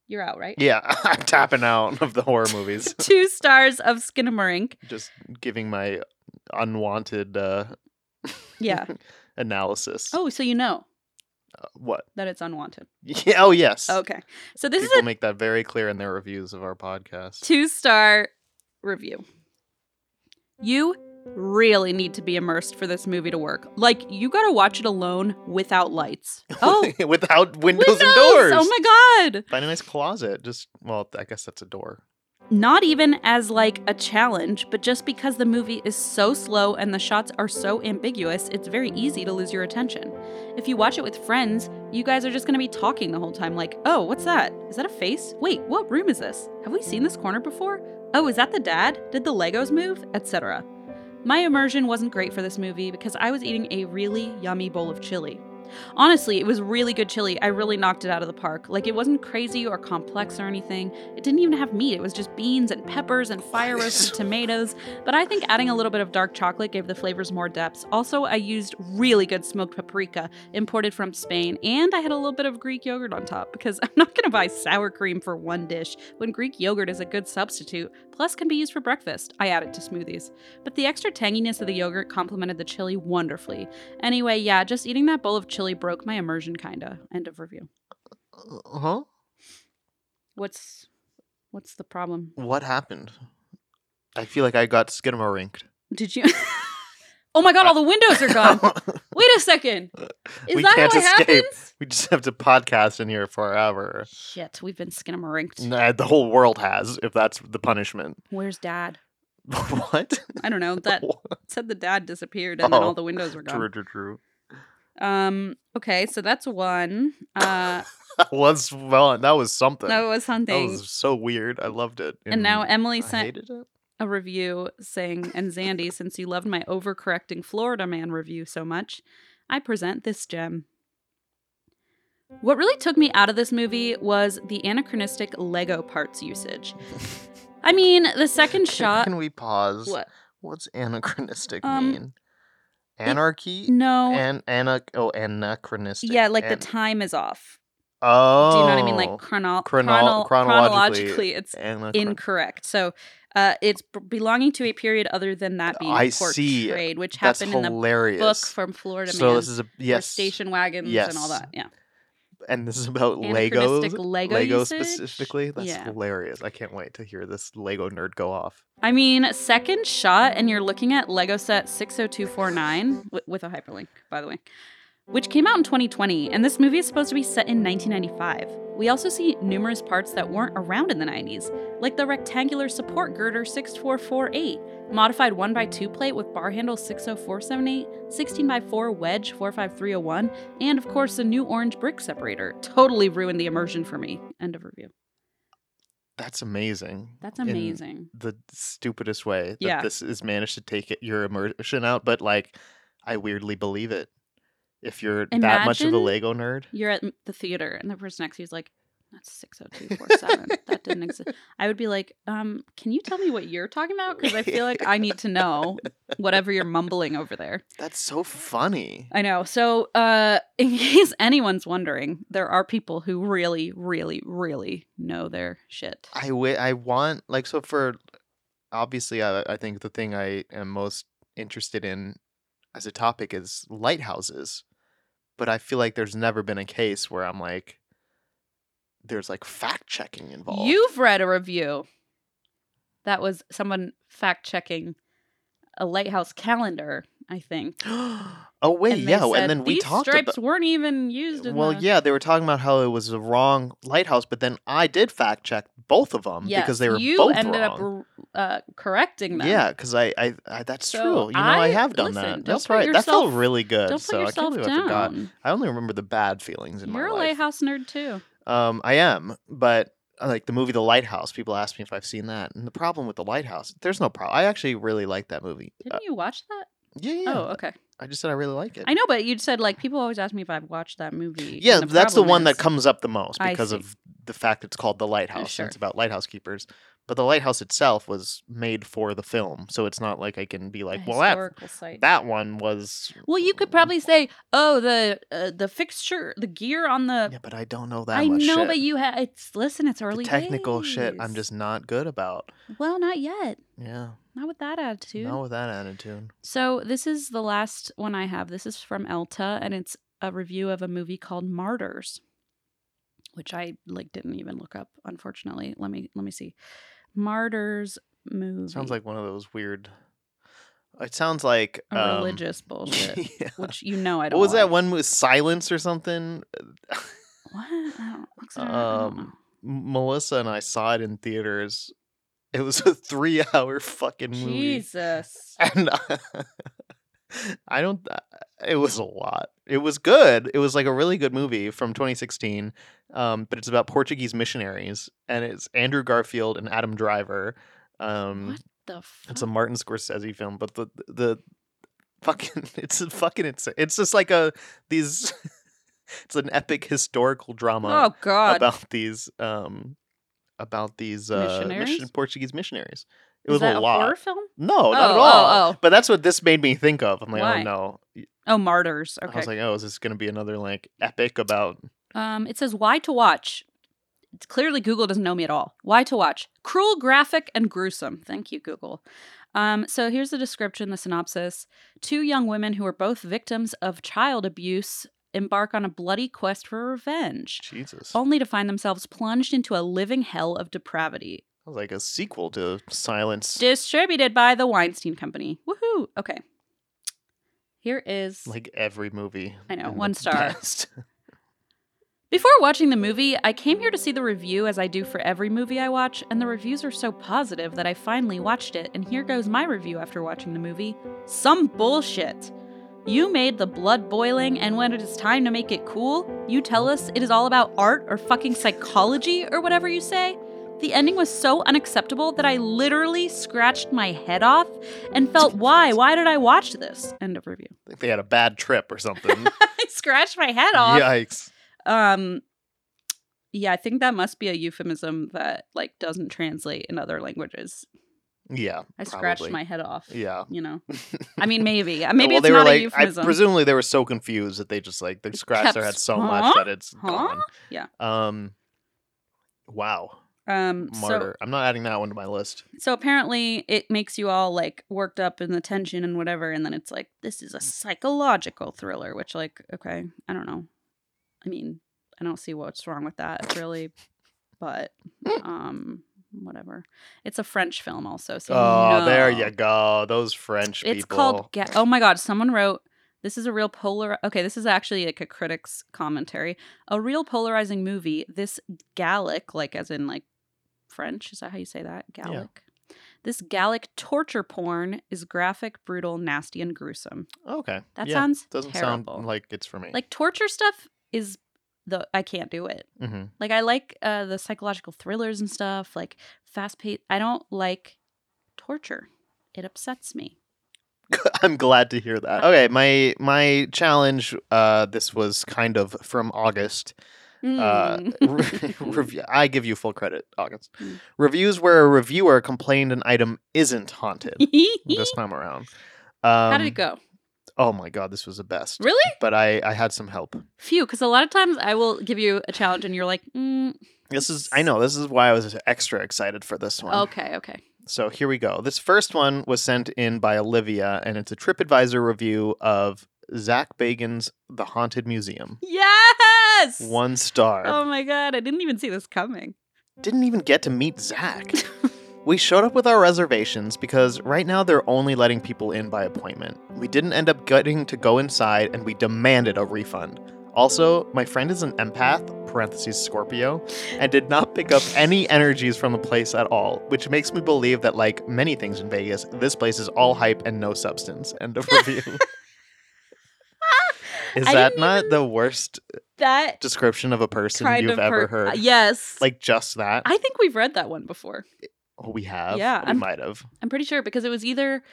Speaker 1: you're out, right?
Speaker 2: yeah, I'm tapping out of the horror movies.
Speaker 1: [laughs] Two stars of Skinamarink.
Speaker 2: just giving my unwanted uh [laughs]
Speaker 1: Yeah.
Speaker 2: analysis
Speaker 1: Oh, so you know
Speaker 2: Uh, what [laughs]
Speaker 1: that it's unwanted.
Speaker 2: yeah oh yes
Speaker 1: Okay. So this
Speaker 2: people
Speaker 1: is a
Speaker 2: make that very clear in their reviews of our podcast
Speaker 1: two star review. You really need to be immersed for this movie to work. Like you got to watch it alone without
Speaker 2: [laughs]
Speaker 1: lights. Oh,
Speaker 2: without windows, and
Speaker 1: Windows!
Speaker 2: doors
Speaker 1: Oh my god.
Speaker 2: find a nice closet just well i guess that's a door
Speaker 1: Not even as like a challenge, but just because the movie is so slow and the shots are so ambiguous, it's very easy to lose your attention. If you watch it with friends, you guys are just going to be talking the whole time like, "Oh, what's that? Is that a face? Wait, what room is this? Have we seen this corner before? oh, is that the dad? Did the Legos move? Etc. My immersion wasn't great for this movie because I was eating a really yummy bowl of chili. Honestly, it was really good chili. I really knocked it out of the park. Like, it wasn't crazy or complex or anything. It didn't even have meat. It was just beans and peppers and fire roasted tomatoes. But I think adding a little bit of dark chocolate gave the flavors more depth. Also, I used really good smoked paprika imported from Spain. And I had a little bit of Greek yogurt on top because [laughs] I'm not going to buy sour cream for one dish when Greek yogurt is a good substitute, plus, can be used for breakfast. I add it to smoothies. But the extra tanginess of the yogurt complemented the chili wonderfully. Anyway, yeah, just eating that bowl of chili broke my immersion kinda. End of review.
Speaker 2: Uh, Huh?
Speaker 1: What's what's the problem?
Speaker 2: What happened? I feel like I got skidamorinked.
Speaker 1: Did you [laughs] Oh my god, all the windows are gone. Wait a second. Is
Speaker 2: we
Speaker 1: that
Speaker 2: can't
Speaker 1: how it
Speaker 2: escape.
Speaker 1: happens?
Speaker 2: [laughs] We just have to podcast in here forever.
Speaker 1: Shit, we've been skinnamarinked.
Speaker 2: Nah, uh, the whole world has, if that's
Speaker 1: [laughs]
Speaker 2: the punishment. [laughs]
Speaker 1: Where's dad?
Speaker 2: what?
Speaker 1: I don't
Speaker 2: [laughs]
Speaker 1: know. That said the dad disappeared and then
Speaker 2: Oh,
Speaker 1: all the windows were
Speaker 2: True,
Speaker 1: gone.
Speaker 2: true, [laughs] true.
Speaker 1: Um okay, so that's one. Uh
Speaker 2: [laughs] That was well. That was something.
Speaker 1: that was
Speaker 2: that
Speaker 1: something.
Speaker 2: was so weird. I loved it.
Speaker 1: and now Emily
Speaker 2: I
Speaker 1: sent
Speaker 2: hated it.
Speaker 1: a review saying, and Zandy, since you loved my overcorrecting Florida man review so much, I present this gem. What really took me out of this movie was the anachronistic Lego parts usage. I mean, the second
Speaker 2: [laughs] Can-
Speaker 1: shot.
Speaker 2: Can we pause?
Speaker 1: What?
Speaker 2: What's anachronistic
Speaker 1: Um,
Speaker 2: mean? Anarchy.
Speaker 1: No.
Speaker 2: An ana oh anachronistic.
Speaker 1: yeah, like the
Speaker 2: An-
Speaker 1: time is off.
Speaker 2: Oh,
Speaker 1: Do you know what I mean? Like chrono-
Speaker 2: Chrono-
Speaker 1: chrono-
Speaker 2: chronologically.
Speaker 1: chronologically, it's
Speaker 2: Oh, Anachron-
Speaker 1: incorrect. So uh, it's b- belonging to a period other than that being
Speaker 2: I see.
Speaker 1: portrayed, which
Speaker 2: That's
Speaker 1: happened in the
Speaker 2: hilarious.
Speaker 1: book from Florida
Speaker 2: so
Speaker 1: Man.
Speaker 2: this is a
Speaker 1: for
Speaker 2: yes,
Speaker 1: station wagons and all
Speaker 2: Yes.
Speaker 1: that. Yeah.
Speaker 2: and this is about Legos.
Speaker 1: Anachronistic Lego
Speaker 2: Lego
Speaker 1: usage?
Speaker 2: specifically. That's
Speaker 1: Yeah.
Speaker 2: hilarious. I can't wait to hear this Lego nerd go off.
Speaker 1: I mean, second shot, and you're looking at Lego set 60249 wi- with a hyperlink, by the way, which came out in 2020. And this movie is supposed to be set in 1995. We also see numerous parts that weren't around in the 90s, like the rectangular support girder 6448, modified 1x2 plate with bar handle 60478, 16x4 wedge 45301, and of course, the new orange brick separator. Totally ruined the immersion for me. End of review.
Speaker 2: That's amazing.
Speaker 1: That's
Speaker 2: In
Speaker 1: amazing.
Speaker 2: the stupidest way that
Speaker 1: Yeah.
Speaker 2: this is managed to take it, your immersion out, but like, I weirdly believe it. If you're that much of a
Speaker 1: Imagine-
Speaker 2: Lego nerd,
Speaker 1: you're at m- the theater and the person next to you is like that's
Speaker 2: [laughs]
Speaker 1: 60247 that didn't exist i would be like um can you tell me what you're talking about because i feel like i need to know whatever you're mumbling over there
Speaker 2: that's so funny.
Speaker 1: i know so uh [laughs] in case anyone's wondering there are people who really really really know their shit
Speaker 2: I wi- I want like so for obviously I, I think the thing I am most interested in as a topic is lighthouses, but I feel like there's never been a case where I'm like there's like fact checking involved.
Speaker 1: you've read a review that was someone fact checking a lighthouse calendar i think
Speaker 2: [gasps] oh wait,
Speaker 1: they
Speaker 2: yeah,
Speaker 1: said,
Speaker 2: and then we
Speaker 1: These
Speaker 2: talked
Speaker 1: stripes
Speaker 2: about.
Speaker 1: weren't even used in
Speaker 2: Well,
Speaker 1: the-
Speaker 2: yeah, they were talking about how it was the wrong lighthouse, but then I did fact check both of them um, because they were
Speaker 1: you
Speaker 2: both
Speaker 1: ended
Speaker 2: wrong.
Speaker 1: up uh, correcting them.
Speaker 2: Yeah, because I, I, I, that's
Speaker 1: So
Speaker 2: true. You know, I,
Speaker 1: I-
Speaker 2: have done
Speaker 1: listen,
Speaker 2: that.
Speaker 1: don't
Speaker 2: That's
Speaker 1: put
Speaker 2: right. that felt
Speaker 1: yourself-
Speaker 2: really
Speaker 1: Don't
Speaker 2: good.
Speaker 1: put
Speaker 2: uh, so
Speaker 1: yourself
Speaker 2: I can't believe I forgot.
Speaker 1: down.
Speaker 2: I only remember the bad feelings in
Speaker 1: You're a
Speaker 2: my life.
Speaker 1: lighthouse nerd too.
Speaker 2: Um, I am, but uh, like the movie The Lighthouse, people ask me if I've seen that, and the problem with The Lighthouse, there's no problem. I actually really like that movie. Uh,
Speaker 1: Didn't you watch that?
Speaker 2: yeah, yeah.
Speaker 1: Oh, okay.
Speaker 2: I just said I really like it.
Speaker 1: I know, but you said like people always ask me if I've watched that movie.
Speaker 2: Yeah,
Speaker 1: and
Speaker 2: that's the
Speaker 1: problem
Speaker 2: one that
Speaker 1: is-
Speaker 2: comes up the most
Speaker 1: I
Speaker 2: because
Speaker 1: see.
Speaker 2: of the fact it's called The Lighthouse.
Speaker 1: sure.
Speaker 2: And it's about lighthouse keepers. But the lighthouse itself was made for the film, so it's not like I can be like,
Speaker 1: A
Speaker 2: well, that
Speaker 1: historical site.
Speaker 2: that one was.
Speaker 1: Well, you could probably say, oh, the uh, the fixture, the gear on the.
Speaker 2: Yeah, but I don't know that
Speaker 1: I know,
Speaker 2: much. shit.
Speaker 1: but you had. It's listen, it's
Speaker 2: the
Speaker 1: early.
Speaker 2: technical shit. I'm
Speaker 1: days.
Speaker 2: just not good about.
Speaker 1: Well, not yet.
Speaker 2: Yeah,
Speaker 1: Not with that attitude.
Speaker 2: not with that attitude.
Speaker 1: So this is the last one I have. This is from Elta, and it's a review of a movie called Martyrs, which I like didn't even look up. Unfortunately, let me let me see. Martyrs movie
Speaker 2: Sounds like one of those weird. It sounds like
Speaker 1: a
Speaker 2: um, [laughs]
Speaker 1: religious bullshit,
Speaker 2: yeah.
Speaker 1: which you know I
Speaker 2: What
Speaker 1: don't.
Speaker 2: was that
Speaker 1: like.
Speaker 2: one with Silence or something?
Speaker 1: What? I don't, what's that? I don't
Speaker 2: Um,
Speaker 1: know.
Speaker 2: M- Melissa and I saw it in theaters. It was a [laughs] three hour fucking movie.
Speaker 1: Jesus.
Speaker 2: And [laughs] uh, I don't, uh, it was a lot. It was good. It was like a really good movie from 2016. Um, but it's about Portuguese missionaries and it's Andrew Garfield and Adam Driver. Um,
Speaker 1: What the fuck?
Speaker 2: It's a Martin Scorsese film, but the the fucking [laughs] it's a fucking it's it's just like a these [laughs] it's an epic historical drama
Speaker 1: oh god.
Speaker 2: about these um about these uh mission,
Speaker 1: Missionaries?
Speaker 2: Portuguese missionaries. It
Speaker 1: Is
Speaker 2: was
Speaker 1: that
Speaker 2: a lot.
Speaker 1: horror film?
Speaker 2: No, not at
Speaker 1: Oh, oh,
Speaker 2: all.
Speaker 1: oh.
Speaker 2: But that's what this made me think of. I'm like,
Speaker 1: Why?
Speaker 2: oh no.
Speaker 1: Oh, martyrs. Okay.
Speaker 2: I was like, oh, is this going to be another like epic about?
Speaker 1: Um, it says why to watch. It's clearly Google doesn't know me at all. Why to watch? Cruel, graphic, and gruesome. Thank you, Google. Um, so here's the description, the synopsis. Two young women who are both victims of child abuse embark on a bloody quest for revenge,
Speaker 2: Jesus.
Speaker 1: only to find themselves plunged into a living hell of depravity.
Speaker 2: That was like a sequel to Silence.
Speaker 1: Distributed by the Weinstein Company. Woohoo! Okay. Here is
Speaker 2: like every movie.
Speaker 1: I know,
Speaker 2: in the
Speaker 1: one star.
Speaker 2: past. [laughs]
Speaker 1: Before watching the movie, I came here to see the review as I do for every movie I watch, and the reviews are so positive that I finally watched it, and here goes my review after watching the movie. Some bullshit! You made the blood boiling, and when it is time to make it cool, you tell us it is all about art or fucking psychology or whatever you say? The ending was so unacceptable that I literally scratched my head off and felt, why? Why did I watch this? End of review. [laughs]
Speaker 2: I think they had a bad trip or something.
Speaker 1: I scratched my head off.
Speaker 2: Yikes.
Speaker 1: Um yeah, I think that must be a euphemism that like doesn't translate in other languages.
Speaker 2: Yeah.
Speaker 1: I scratched
Speaker 2: probably.
Speaker 1: my head off.
Speaker 2: Yeah.
Speaker 1: You
Speaker 2: [laughs]
Speaker 1: know. I mean maybe. Uh, Maybe
Speaker 2: well,
Speaker 1: it's
Speaker 2: they
Speaker 1: not
Speaker 2: were like,
Speaker 1: a
Speaker 2: I,
Speaker 1: euphemism.
Speaker 2: presumably they were so confused that they just like they scratched their
Speaker 1: kept-
Speaker 2: head so
Speaker 1: Huh?
Speaker 2: much that it's
Speaker 1: Huh?
Speaker 2: gone.
Speaker 1: Yeah.
Speaker 2: Um. Wow.
Speaker 1: um so
Speaker 2: Martyr. I'm not adding that one to my list.
Speaker 1: so apparently it makes you all like worked up in the tension and whatever and then it's like this is a psychological thriller which like okay, I don't know. I mean, I don't see what's wrong with that really, but
Speaker 2: [laughs]
Speaker 1: um whatever. It's a French film also, so
Speaker 2: Oh, there
Speaker 1: no.
Speaker 2: you go. Those French
Speaker 1: It's
Speaker 2: people.
Speaker 1: called. Ga- oh my god! Someone wrote. This is a real polar. Okay, this is actually like a critic's commentary. A real polarizing movie. This Gallic, like as in like French. Is that how you say that? Gallic. This Gallic torture porn is graphic, brutal, nasty, and gruesome.
Speaker 2: okay.
Speaker 1: That
Speaker 2: yeah.
Speaker 1: sounds
Speaker 2: doesn't
Speaker 1: terrible.
Speaker 2: sound like it's for me.
Speaker 1: like torture stuff is the I can't do it.
Speaker 2: Mhm.
Speaker 1: Like I like uh, the psychological thrillers and stuff, like fast paced. I don't like torture. It upsets me.
Speaker 2: [laughs] I'm glad to hear that. Okay, my my challenge. Uh, this was kind of from August.
Speaker 1: [laughs]
Speaker 2: Uh, re-
Speaker 1: Mm.
Speaker 2: review- I give you full credit, August.
Speaker 1: Mm.
Speaker 2: Reviews where a reviewer complained an item
Speaker 1: [laughs]
Speaker 2: isn't haunted this time around. Um,
Speaker 1: How did it go?
Speaker 2: Oh my god, this was the best.
Speaker 1: Really?
Speaker 2: But I, I had some help.
Speaker 1: Phew, because a lot of times I will give you a challenge and you're like, mm,
Speaker 2: This is I know this is why I was extra excited for this one.
Speaker 1: okay, okay.
Speaker 2: So here we go. This first one was sent in by Olivia, and it's a TripAdvisor review of Zach Bagan's The Haunted Museum.
Speaker 1: Yes!
Speaker 2: One star.
Speaker 1: Oh my god, I didn't even see this coming.
Speaker 2: didn't even get to
Speaker 1: [laughs]
Speaker 2: meet Zach. we showed up with our reservations because right now they're only letting people in by appointment. We didn't end up getting to go inside and we demanded a refund. Also, my friend is an empath, parentheses Scorpio, and did not pick up any energies from the place at all, which makes me believe that, like many things in Vegas, this place is all hype and no substance.
Speaker 1: [laughs]
Speaker 2: End of review. is
Speaker 1: I
Speaker 2: that
Speaker 1: didn't
Speaker 2: not
Speaker 1: even-
Speaker 2: the worst
Speaker 1: That
Speaker 2: description of a person
Speaker 1: kind
Speaker 2: you've
Speaker 1: of
Speaker 2: ever
Speaker 1: per-
Speaker 2: heard?
Speaker 1: Yes.
Speaker 2: Like just that?
Speaker 1: I think we've read that one before.
Speaker 2: Oh, we have.
Speaker 1: Yeah,
Speaker 2: we
Speaker 1: I'm-
Speaker 2: might have.
Speaker 1: I'm pretty sure because it was either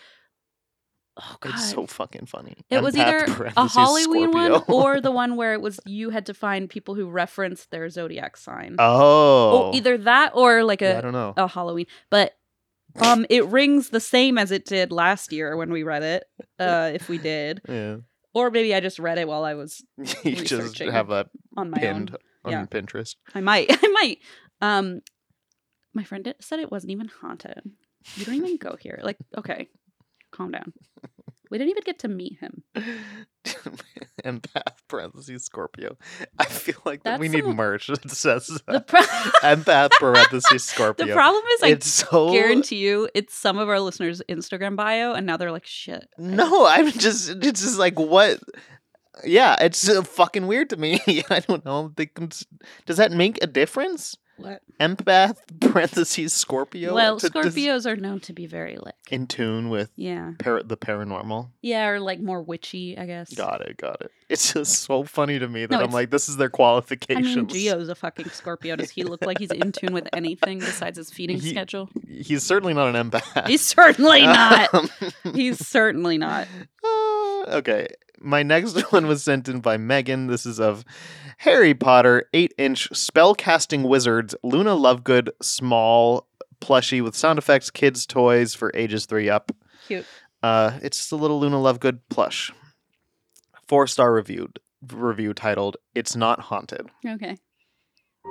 Speaker 1: Oh god.
Speaker 2: It's so fucking funny.
Speaker 1: it was
Speaker 2: Empath
Speaker 1: either a
Speaker 2: parentheses
Speaker 1: Halloween
Speaker 2: [laughs]
Speaker 1: one
Speaker 2: Scorpio.
Speaker 1: or the one where it was you had to find people who referenced their zodiac sign. Oh,
Speaker 2: oh,
Speaker 1: either Oh. that or like
Speaker 2: Yeah, I
Speaker 1: a
Speaker 2: don't know.
Speaker 1: a Halloween, but um, it rings the same as it did last year when we read it, uh, if we did,
Speaker 2: yeah, [laughs]
Speaker 1: or maybe I just read it while I was
Speaker 2: you just
Speaker 1: researching
Speaker 2: have that
Speaker 1: on my
Speaker 2: pinned
Speaker 1: own.
Speaker 2: on
Speaker 1: Yeah.
Speaker 2: Pinterest. [laughs]
Speaker 1: I might, [laughs] I might. Um, my friend di- said it wasn't even haunted. You don't even go here. Like, okay, calm down. We didn't even get to meet
Speaker 2: [laughs]
Speaker 1: him.
Speaker 2: Empath parentheses Scorpio. I feel like that
Speaker 1: That's
Speaker 2: we need
Speaker 1: some-
Speaker 2: merch that says
Speaker 1: The,
Speaker 2: that.
Speaker 1: pro- [laughs]
Speaker 2: empath parentheses
Speaker 1: the
Speaker 2: Scorpio.
Speaker 1: problem is, I
Speaker 2: it's so
Speaker 1: guarantee you, it's some of our listeners' Instagram bio, and now they're like, shit.
Speaker 2: No, I'm just it's just like what [laughs] yeah, it's uh, fucking weird to me. I don't know. They can, does that make a difference?
Speaker 1: What?
Speaker 2: empath [laughs] parentheses Scorpio.
Speaker 1: well,
Speaker 2: to- to-
Speaker 1: Scorpios are known to be very lick.
Speaker 2: in tune with
Speaker 1: yeah.
Speaker 2: par- the paranormal.
Speaker 1: Yeah, or like more witchy, I guess.
Speaker 2: Got it, got it. It's just so funny to me that
Speaker 1: No,
Speaker 2: I'm
Speaker 1: it's-
Speaker 2: like, this is their
Speaker 1: I
Speaker 2: [laughs] qualifications.
Speaker 1: mean, Geo's a fucking Scorpio. Does he look like he's in tune with anything besides his feeding
Speaker 2: He-
Speaker 1: schedule?
Speaker 2: [laughs] He's certainly not an empath.
Speaker 1: He's
Speaker 2: [laughs]
Speaker 1: certainly not.
Speaker 2: Um,
Speaker 1: He's certainly not.
Speaker 2: uh, okay. My next [laughs] one was sent in by Megan. This is of Harry Potter, eight inch spell casting wizards, Luna Lovegood, small plushie with sound effects, kids' toys for ages three up.
Speaker 1: Cute.
Speaker 2: Uh, it's just a little Luna Lovegood plush. Four star reviewed review titled "It's Not Haunted."
Speaker 1: Okay.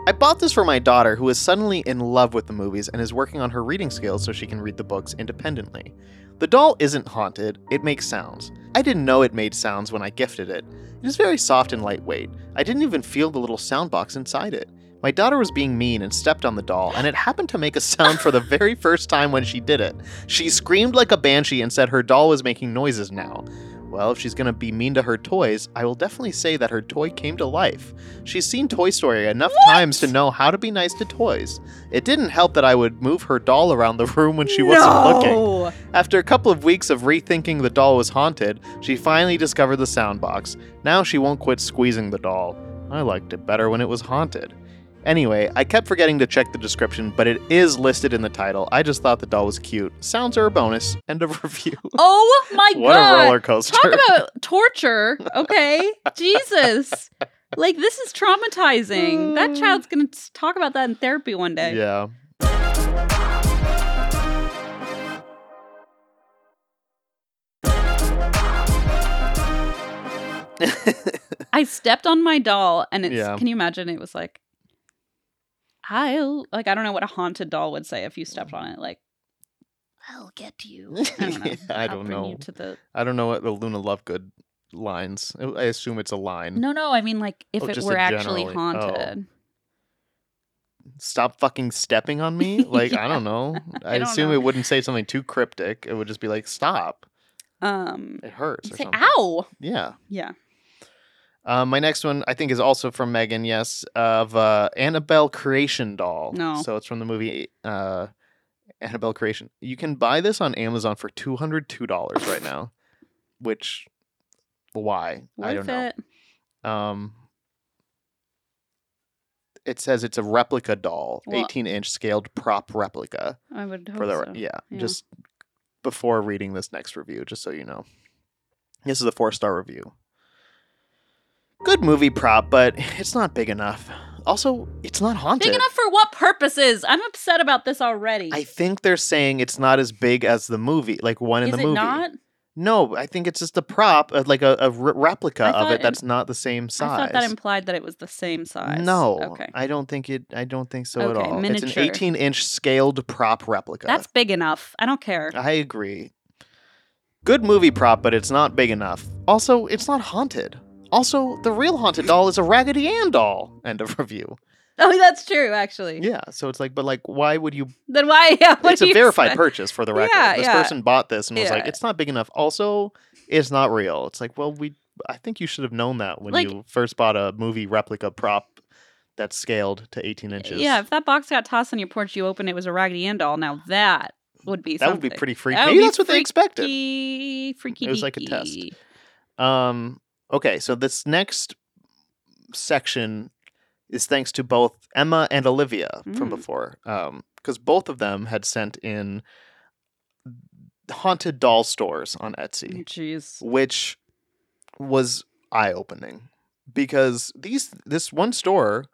Speaker 2: I bought this for my daughter, who is suddenly in love with the movies and is working on her reading skills so she can read the books independently. The doll isn't haunted, it makes sounds. I didn't know it made sounds when I gifted it. It is very soft and lightweight. I didn't even feel the little sound box inside it. My daughter was being mean and stepped on the doll, and it happened to make a sound for the very first time when she did it. She screamed like a banshee and said her doll was making noises now. Well, if she's gonna be mean to her toys, I will definitely say that her toy came to life. She's seen Toy Story enough times to know how to be nice to toys. It didn't help that I would move her doll around the room when she wasn't looking. After a couple of weeks of rethinking the doll was haunted, she finally discovered the sound box. Now she won't quit squeezing the doll. I liked it better when it was haunted. Anyway, I kept forgetting to check the description, but it is listed in the title. I just thought the doll was cute. Sounds are a bonus. End of [laughs] review.
Speaker 1: Oh my
Speaker 2: [laughs] what
Speaker 1: god.
Speaker 2: a roller coaster.
Speaker 1: Talk
Speaker 2: [laughs]
Speaker 1: about torture, okay? Jesus. Like this is traumatizing.
Speaker 2: [laughs]
Speaker 1: That child's going to talk about that in therapy one day.
Speaker 2: yeah.
Speaker 1: I stepped on my doll and it's
Speaker 2: Yeah.
Speaker 1: can you imagine it was like I'll like I don't know what a haunted doll would say if you stepped on it like I'll get you. I don't know.
Speaker 2: [laughs] I
Speaker 1: I'll
Speaker 2: don't
Speaker 1: bring you
Speaker 2: know.
Speaker 1: to the
Speaker 2: I don't know what the Luna Lovegood lines. I I assume it's a line.
Speaker 1: No, no, I mean like if
Speaker 2: Oh,
Speaker 1: it
Speaker 2: just
Speaker 1: were
Speaker 2: a
Speaker 1: actually
Speaker 2: generally- oh.
Speaker 1: haunted.
Speaker 2: Stop fucking stepping
Speaker 1: [laughs]
Speaker 2: on me. Like I don't know. I,
Speaker 1: don't
Speaker 2: assume
Speaker 1: know.
Speaker 2: it wouldn't say something too cryptic. It would just be like, "Stop!
Speaker 1: Um
Speaker 2: It hurts." Or
Speaker 1: say
Speaker 2: something.
Speaker 1: ow.
Speaker 2: Yeah.
Speaker 1: Yeah.
Speaker 2: Um, my next one, I think, is also from Megan. Yes, of uh, Annabelle Creation Doll.
Speaker 1: No.
Speaker 2: So it's from the movie uh, Annabelle Creation. You can buy this on Amazon for two hundred two dollars right now. Which, why?
Speaker 1: Worth
Speaker 2: I don't know.
Speaker 1: it.
Speaker 2: Um, it says it's a replica doll,
Speaker 1: Well-
Speaker 2: eighteen inch scaled prop replica
Speaker 1: I would hope
Speaker 2: for the
Speaker 1: so.
Speaker 2: yeah,
Speaker 1: Yeah.
Speaker 2: Just before reading this next review, just so you know, this is a four star review. Good movie prop, but it's not big enough. Also, it's not haunted.
Speaker 1: Big enough for what purposes? I'm upset about this already.
Speaker 2: I think they're saying it's not as big as the movie, like one in
Speaker 1: Is
Speaker 2: the
Speaker 1: it
Speaker 2: movie.
Speaker 1: not?
Speaker 2: No, I think it's just a prop, uh, like a, a re- replica
Speaker 1: I
Speaker 2: of
Speaker 1: thought
Speaker 2: it
Speaker 1: it-
Speaker 2: that's not the same size.
Speaker 1: I thought that implied that it was the same size.
Speaker 2: No,
Speaker 1: Okay.
Speaker 2: I don't think it. I don't think so at
Speaker 1: Okay,
Speaker 2: all. It's
Speaker 1: miniature.
Speaker 2: an 18 inch scaled prop replica.
Speaker 1: That's big enough. I don't care.
Speaker 2: I agree. Good movie prop, but it's not big enough. Also, it's not haunted. Also, the real haunted doll is a Raggedy Ann doll. End of review.
Speaker 1: [laughs] Oh, that's true, actually.
Speaker 2: Yeah, so it's like, but like, why would you?
Speaker 1: Then why? Yeah, [laughs] what
Speaker 2: it's
Speaker 1: do
Speaker 2: a
Speaker 1: you
Speaker 2: verified
Speaker 1: expect?
Speaker 2: purchase for the record.
Speaker 1: Yeah,
Speaker 2: this
Speaker 1: yeah.
Speaker 2: person bought this and was like,
Speaker 1: Yeah.
Speaker 2: it's not big enough. Also, it's not real. It's like, well, we. I think you should have known that when
Speaker 1: Like-
Speaker 2: you first bought a movie replica prop that's scaled to 18 inches.
Speaker 1: Yeah, if that box got tossed on your porch, you opened it, it was a Raggedy Ann doll. Now that would be
Speaker 2: that would
Speaker 1: something.
Speaker 2: be pretty freaky.
Speaker 1: That would
Speaker 2: Maybe
Speaker 1: be
Speaker 2: that's what they expected.
Speaker 1: freaky, freaky.
Speaker 2: It was like a test.
Speaker 1: deaky.
Speaker 2: Um, okay, so this next section is thanks to both Emma and Olivia from
Speaker 1: Mm.
Speaker 2: before, because both of them had sent in haunted doll stores on Etsy,
Speaker 1: Jeez.
Speaker 2: which was eye opening because these this one store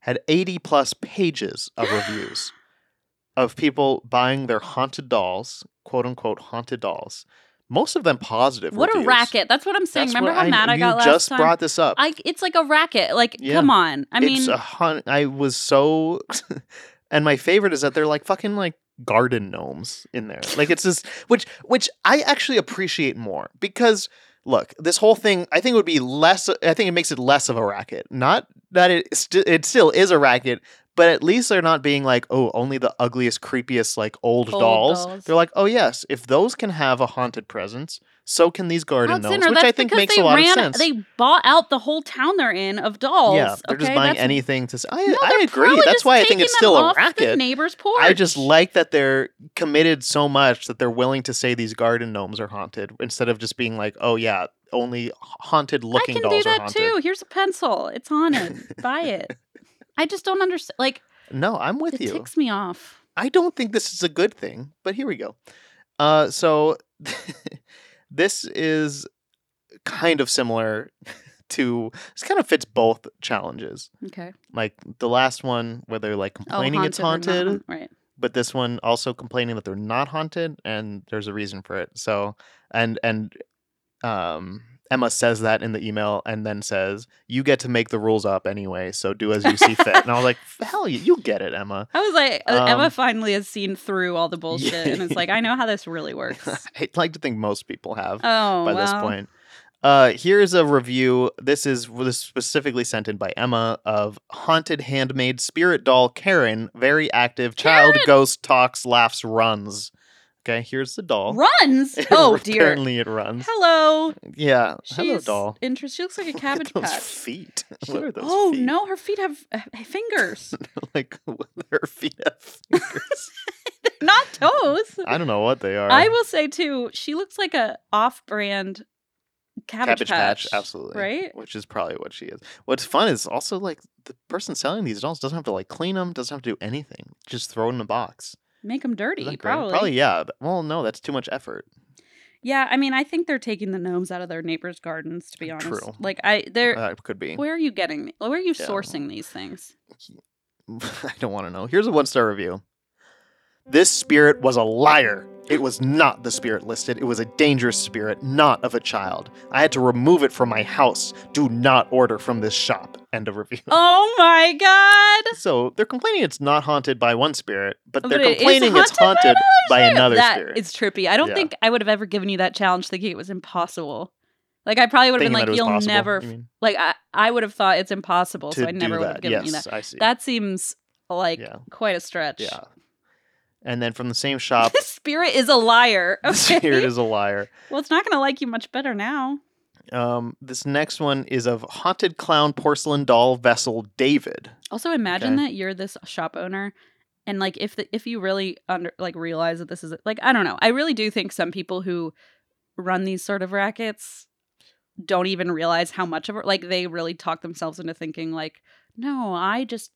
Speaker 2: had eighty plus pages of reviews
Speaker 1: [gasps]
Speaker 2: of people buying their haunted dolls, quote unquote haunted dolls. Most of them positive.
Speaker 1: What a
Speaker 2: reviews.
Speaker 1: racket. That's what I'm saying.
Speaker 2: That's
Speaker 1: Remember
Speaker 2: what
Speaker 1: how mad I
Speaker 2: you
Speaker 1: got last
Speaker 2: just
Speaker 1: time?
Speaker 2: brought this up.
Speaker 1: I, it's like a racket. Like,
Speaker 2: Yeah.
Speaker 1: come on. I mean,
Speaker 2: it's a hun- I was so, [laughs] and my favorite is that they're like fucking like garden gnomes in there. Like it's just which which I actually appreciate more because look, this whole thing I think would be less. I think it makes it less of a racket. Not that it st- it still is a racket. But at least they're not being like, oh, only the ugliest, creepiest, like old,
Speaker 1: Old
Speaker 2: dolls.
Speaker 1: dolls.
Speaker 2: They're like, oh yes, if those can have a haunted presence, So can these garden
Speaker 1: Alexander,
Speaker 2: gnomes, which
Speaker 1: that's
Speaker 2: I think
Speaker 1: because
Speaker 2: makes
Speaker 1: they
Speaker 2: a lot
Speaker 1: ran,
Speaker 2: of sense.
Speaker 1: They bought out the whole town they're in of dolls.
Speaker 2: yeah, they're
Speaker 1: okay?
Speaker 2: just buying
Speaker 1: That's-
Speaker 2: anything to. s- I,
Speaker 1: No,
Speaker 2: I
Speaker 1: they're
Speaker 2: agree.
Speaker 1: probably
Speaker 2: That's
Speaker 1: just
Speaker 2: why I think
Speaker 1: taking
Speaker 2: it's still
Speaker 1: them
Speaker 2: a
Speaker 1: off The
Speaker 2: racket.
Speaker 1: neighbor's porch.
Speaker 2: I just like that they're committed so much that they're willing to say these garden gnomes are haunted instead of just being like, oh yeah, only haunted
Speaker 1: I
Speaker 2: looking
Speaker 1: can
Speaker 2: dolls
Speaker 1: do
Speaker 2: are
Speaker 1: that
Speaker 2: haunted.
Speaker 1: too. Here's a pencil. It's haunted.
Speaker 2: [laughs]
Speaker 1: Buy it. I just don't understand. Like
Speaker 2: No, I'm with
Speaker 1: it
Speaker 2: you.
Speaker 1: ticks me off.
Speaker 2: I don't think this is a good thing, but here we go. Uh, so [laughs] this is kind of similar [laughs] to this kind of fits both challenges.
Speaker 1: Okay.
Speaker 2: Like the last one where they're like
Speaker 1: Oh,
Speaker 2: complaining it's
Speaker 1: haunted or not
Speaker 2: haunted,
Speaker 1: haunted. Right.
Speaker 2: but this one also complaining that they're not haunted and there's a reason for it. So and and um Emma says that in the email and then says, You get to make the rules up anyway, so do as
Speaker 1: [laughs]
Speaker 2: you see fit. and I was like, Hell you, you get it, Emma.
Speaker 1: I was like, uh, Emma
Speaker 2: Um,
Speaker 1: finally has seen through all the bullshit and
Speaker 2: [laughs]
Speaker 1: it's like, I know how this really works. Oh,
Speaker 2: I'd like to think most people have by
Speaker 1: well.
Speaker 2: this point. Uh, here's a review. This is this is specifically sent in by Emma of haunted handmade spirit doll Karen, very active child
Speaker 1: Karen!
Speaker 2: ghost talks, laughs, runs. Okay, here's the doll. [laughs]
Speaker 1: Runs. Oh dear.
Speaker 2: Apparently it runs.
Speaker 1: Hello.
Speaker 2: Yeah.
Speaker 1: She's
Speaker 2: Hello, doll.
Speaker 1: Inter- she looks like a
Speaker 2: [laughs] Look at
Speaker 1: cabbage
Speaker 2: those
Speaker 1: patch.
Speaker 2: feet. [laughs] What are those?
Speaker 1: oh
Speaker 2: feet?
Speaker 1: no, her feet have uh, fingers,
Speaker 2: [laughs]
Speaker 1: [laughs]
Speaker 2: like [laughs] her feet have fingers. [laughs]
Speaker 1: not toes.
Speaker 2: I don't know what they are.
Speaker 1: I will say too, she looks like a off-brand cabbage,
Speaker 2: Cabbage Patch, absolutely.
Speaker 1: right?
Speaker 2: Which is probably what she is. What's fun is also like the person selling these dolls doesn't have to like clean them, doesn't have to do anything. Just throw it in a box.
Speaker 1: Make them
Speaker 2: Isn't
Speaker 1: dirty,
Speaker 2: that great?
Speaker 1: probably.
Speaker 2: Probably, yeah. but- Well, no, that's too much effort.
Speaker 1: Yeah, I mean, I think they're taking the gnomes out of their neighbors' gardens. To be honest,
Speaker 2: True.
Speaker 1: like I, they're
Speaker 2: That could be.
Speaker 1: where are you getting? Where are you
Speaker 2: Yeah.
Speaker 1: sourcing these things?
Speaker 2: [laughs] I don't want to know. Here's a one star review. This spirit was a liar. It was not the spirit listed. It was a dangerous spirit, not of a child. I had to remove it from my house. Do not order from this shop. End of review. [laughs]
Speaker 1: Oh my god!
Speaker 2: So they're complaining it's not haunted by one spirit, but they're
Speaker 1: But it is
Speaker 2: complaining it's
Speaker 1: haunted
Speaker 2: haunted by
Speaker 1: That is
Speaker 2: another spirit.
Speaker 1: trippy. I don't
Speaker 2: Yeah.
Speaker 1: think I would have ever given you that challenge thinking it was impossible. Like I probably would have been
Speaker 2: Thinking
Speaker 1: like,
Speaker 2: that it was
Speaker 1: "You'll
Speaker 2: possible,
Speaker 1: never,"
Speaker 2: you mean,
Speaker 1: like I, I would have thought it's impossible,
Speaker 2: to
Speaker 1: so I never
Speaker 2: do
Speaker 1: would have
Speaker 2: that.
Speaker 1: given
Speaker 2: Yes,
Speaker 1: you that.
Speaker 2: I see.
Speaker 1: That seems like
Speaker 2: Yeah.
Speaker 1: quite a stretch.
Speaker 2: yeah. And then from the same
Speaker 1: [laughs]
Speaker 2: shop,
Speaker 1: The spirit is a liar.
Speaker 2: [laughs] the
Speaker 1: Okay.
Speaker 2: spirit is
Speaker 1: [laughs]
Speaker 2: a liar.
Speaker 1: well, it's not going to like you much better now.
Speaker 2: Um, this next one is of haunted clown porcelain doll vessel David.
Speaker 1: Also, imagine
Speaker 2: Okay.
Speaker 1: that you're this shop owner, and like if the, if you really under like realize that this is like I don't know. I really do think some people who run these sort of rackets don't even realize how much of it like they really talk themselves into thinking like no i just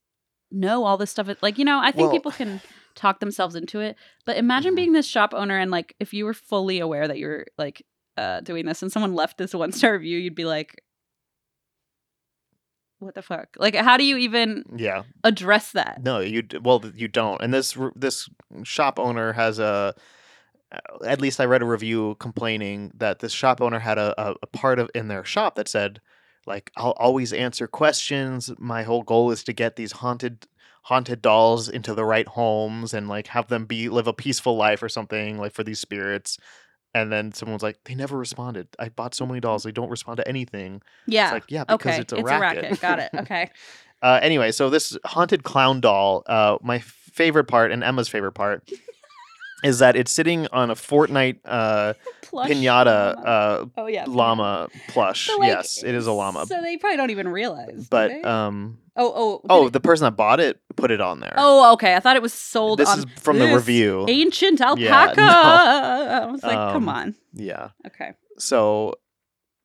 Speaker 1: know all this stuff like you know i think
Speaker 2: Well-
Speaker 1: people can talk themselves into it but imagine
Speaker 2: Mhm.
Speaker 1: being this shop owner and like if you were fully aware that you're like uh doing this and someone left this one [laughs] star review you'd be like what the fuck like how do you even
Speaker 2: Yeah.
Speaker 1: address that
Speaker 2: No, you d- well you don't. And this r- this shop owner has a at least I read a review complaining that this shop owner had a, a, a part of in their shop that said like I'll always answer questions. My whole goal is to get these haunted haunted dolls into the right homes and like have them be live a peaceful life or something like for these spirits. And then someone's like, they never responded. I bought so many dolls, they don't respond to anything.
Speaker 1: yeah
Speaker 2: It's like, yeah, because
Speaker 1: okay
Speaker 2: it's a racket.
Speaker 1: got
Speaker 2: [laughs]
Speaker 1: it okay [laughs]
Speaker 2: Uh, anyway, so this haunted clown doll, uh, my favorite part and Emma's
Speaker 1: [laughs]
Speaker 2: favorite part is that it's sitting on a Fortnite uh,
Speaker 1: Plush
Speaker 2: pinata
Speaker 1: llama.
Speaker 2: uh,
Speaker 1: oh yeah
Speaker 2: llama plush.
Speaker 1: So, like,
Speaker 2: yes, it is a llama.
Speaker 1: so they probably don't even realize do they?
Speaker 2: but um,
Speaker 1: oh oh did
Speaker 2: oh,
Speaker 1: it-
Speaker 2: the person that bought it put it on there.
Speaker 1: oh okay i thought it was sold
Speaker 2: this
Speaker 1: on
Speaker 2: is from the
Speaker 1: this
Speaker 2: review.
Speaker 1: ancient
Speaker 2: no.
Speaker 1: alpaca [laughs] i was like come
Speaker 2: Um,
Speaker 1: on
Speaker 2: yeah.
Speaker 1: okay
Speaker 2: So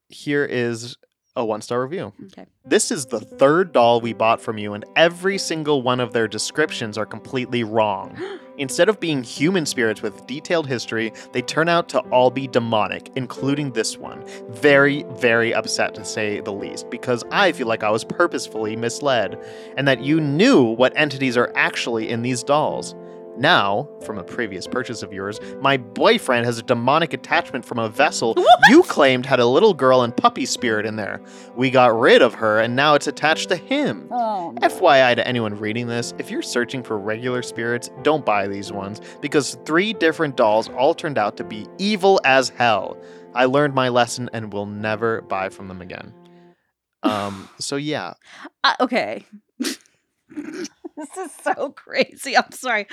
Speaker 2: here is a one star review.
Speaker 1: okay
Speaker 2: This is the third doll we bought from you, and every single one of their descriptions are completely wrong. Instead of being human spirits with detailed history, they turn out to all be demonic, including this one. Very, very upset to say the least, because I feel like I was purposefully misled, and that you knew what entities are actually in these dolls. Now, from a previous purchase of yours, my boyfriend has a demonic attachment from a vessel you claimed had a little girl and puppy spirit in there. We got rid of her, and now it's attached to him.
Speaker 1: oh
Speaker 2: FYI to anyone reading this, if you're searching for regular spirits, don't buy these ones because three different dolls all turned out to be evil as hell. I learned my lesson and will never buy from them again. Um, so yeah,
Speaker 1: Uh, okay. [laughs] this is so crazy. I'm sorry.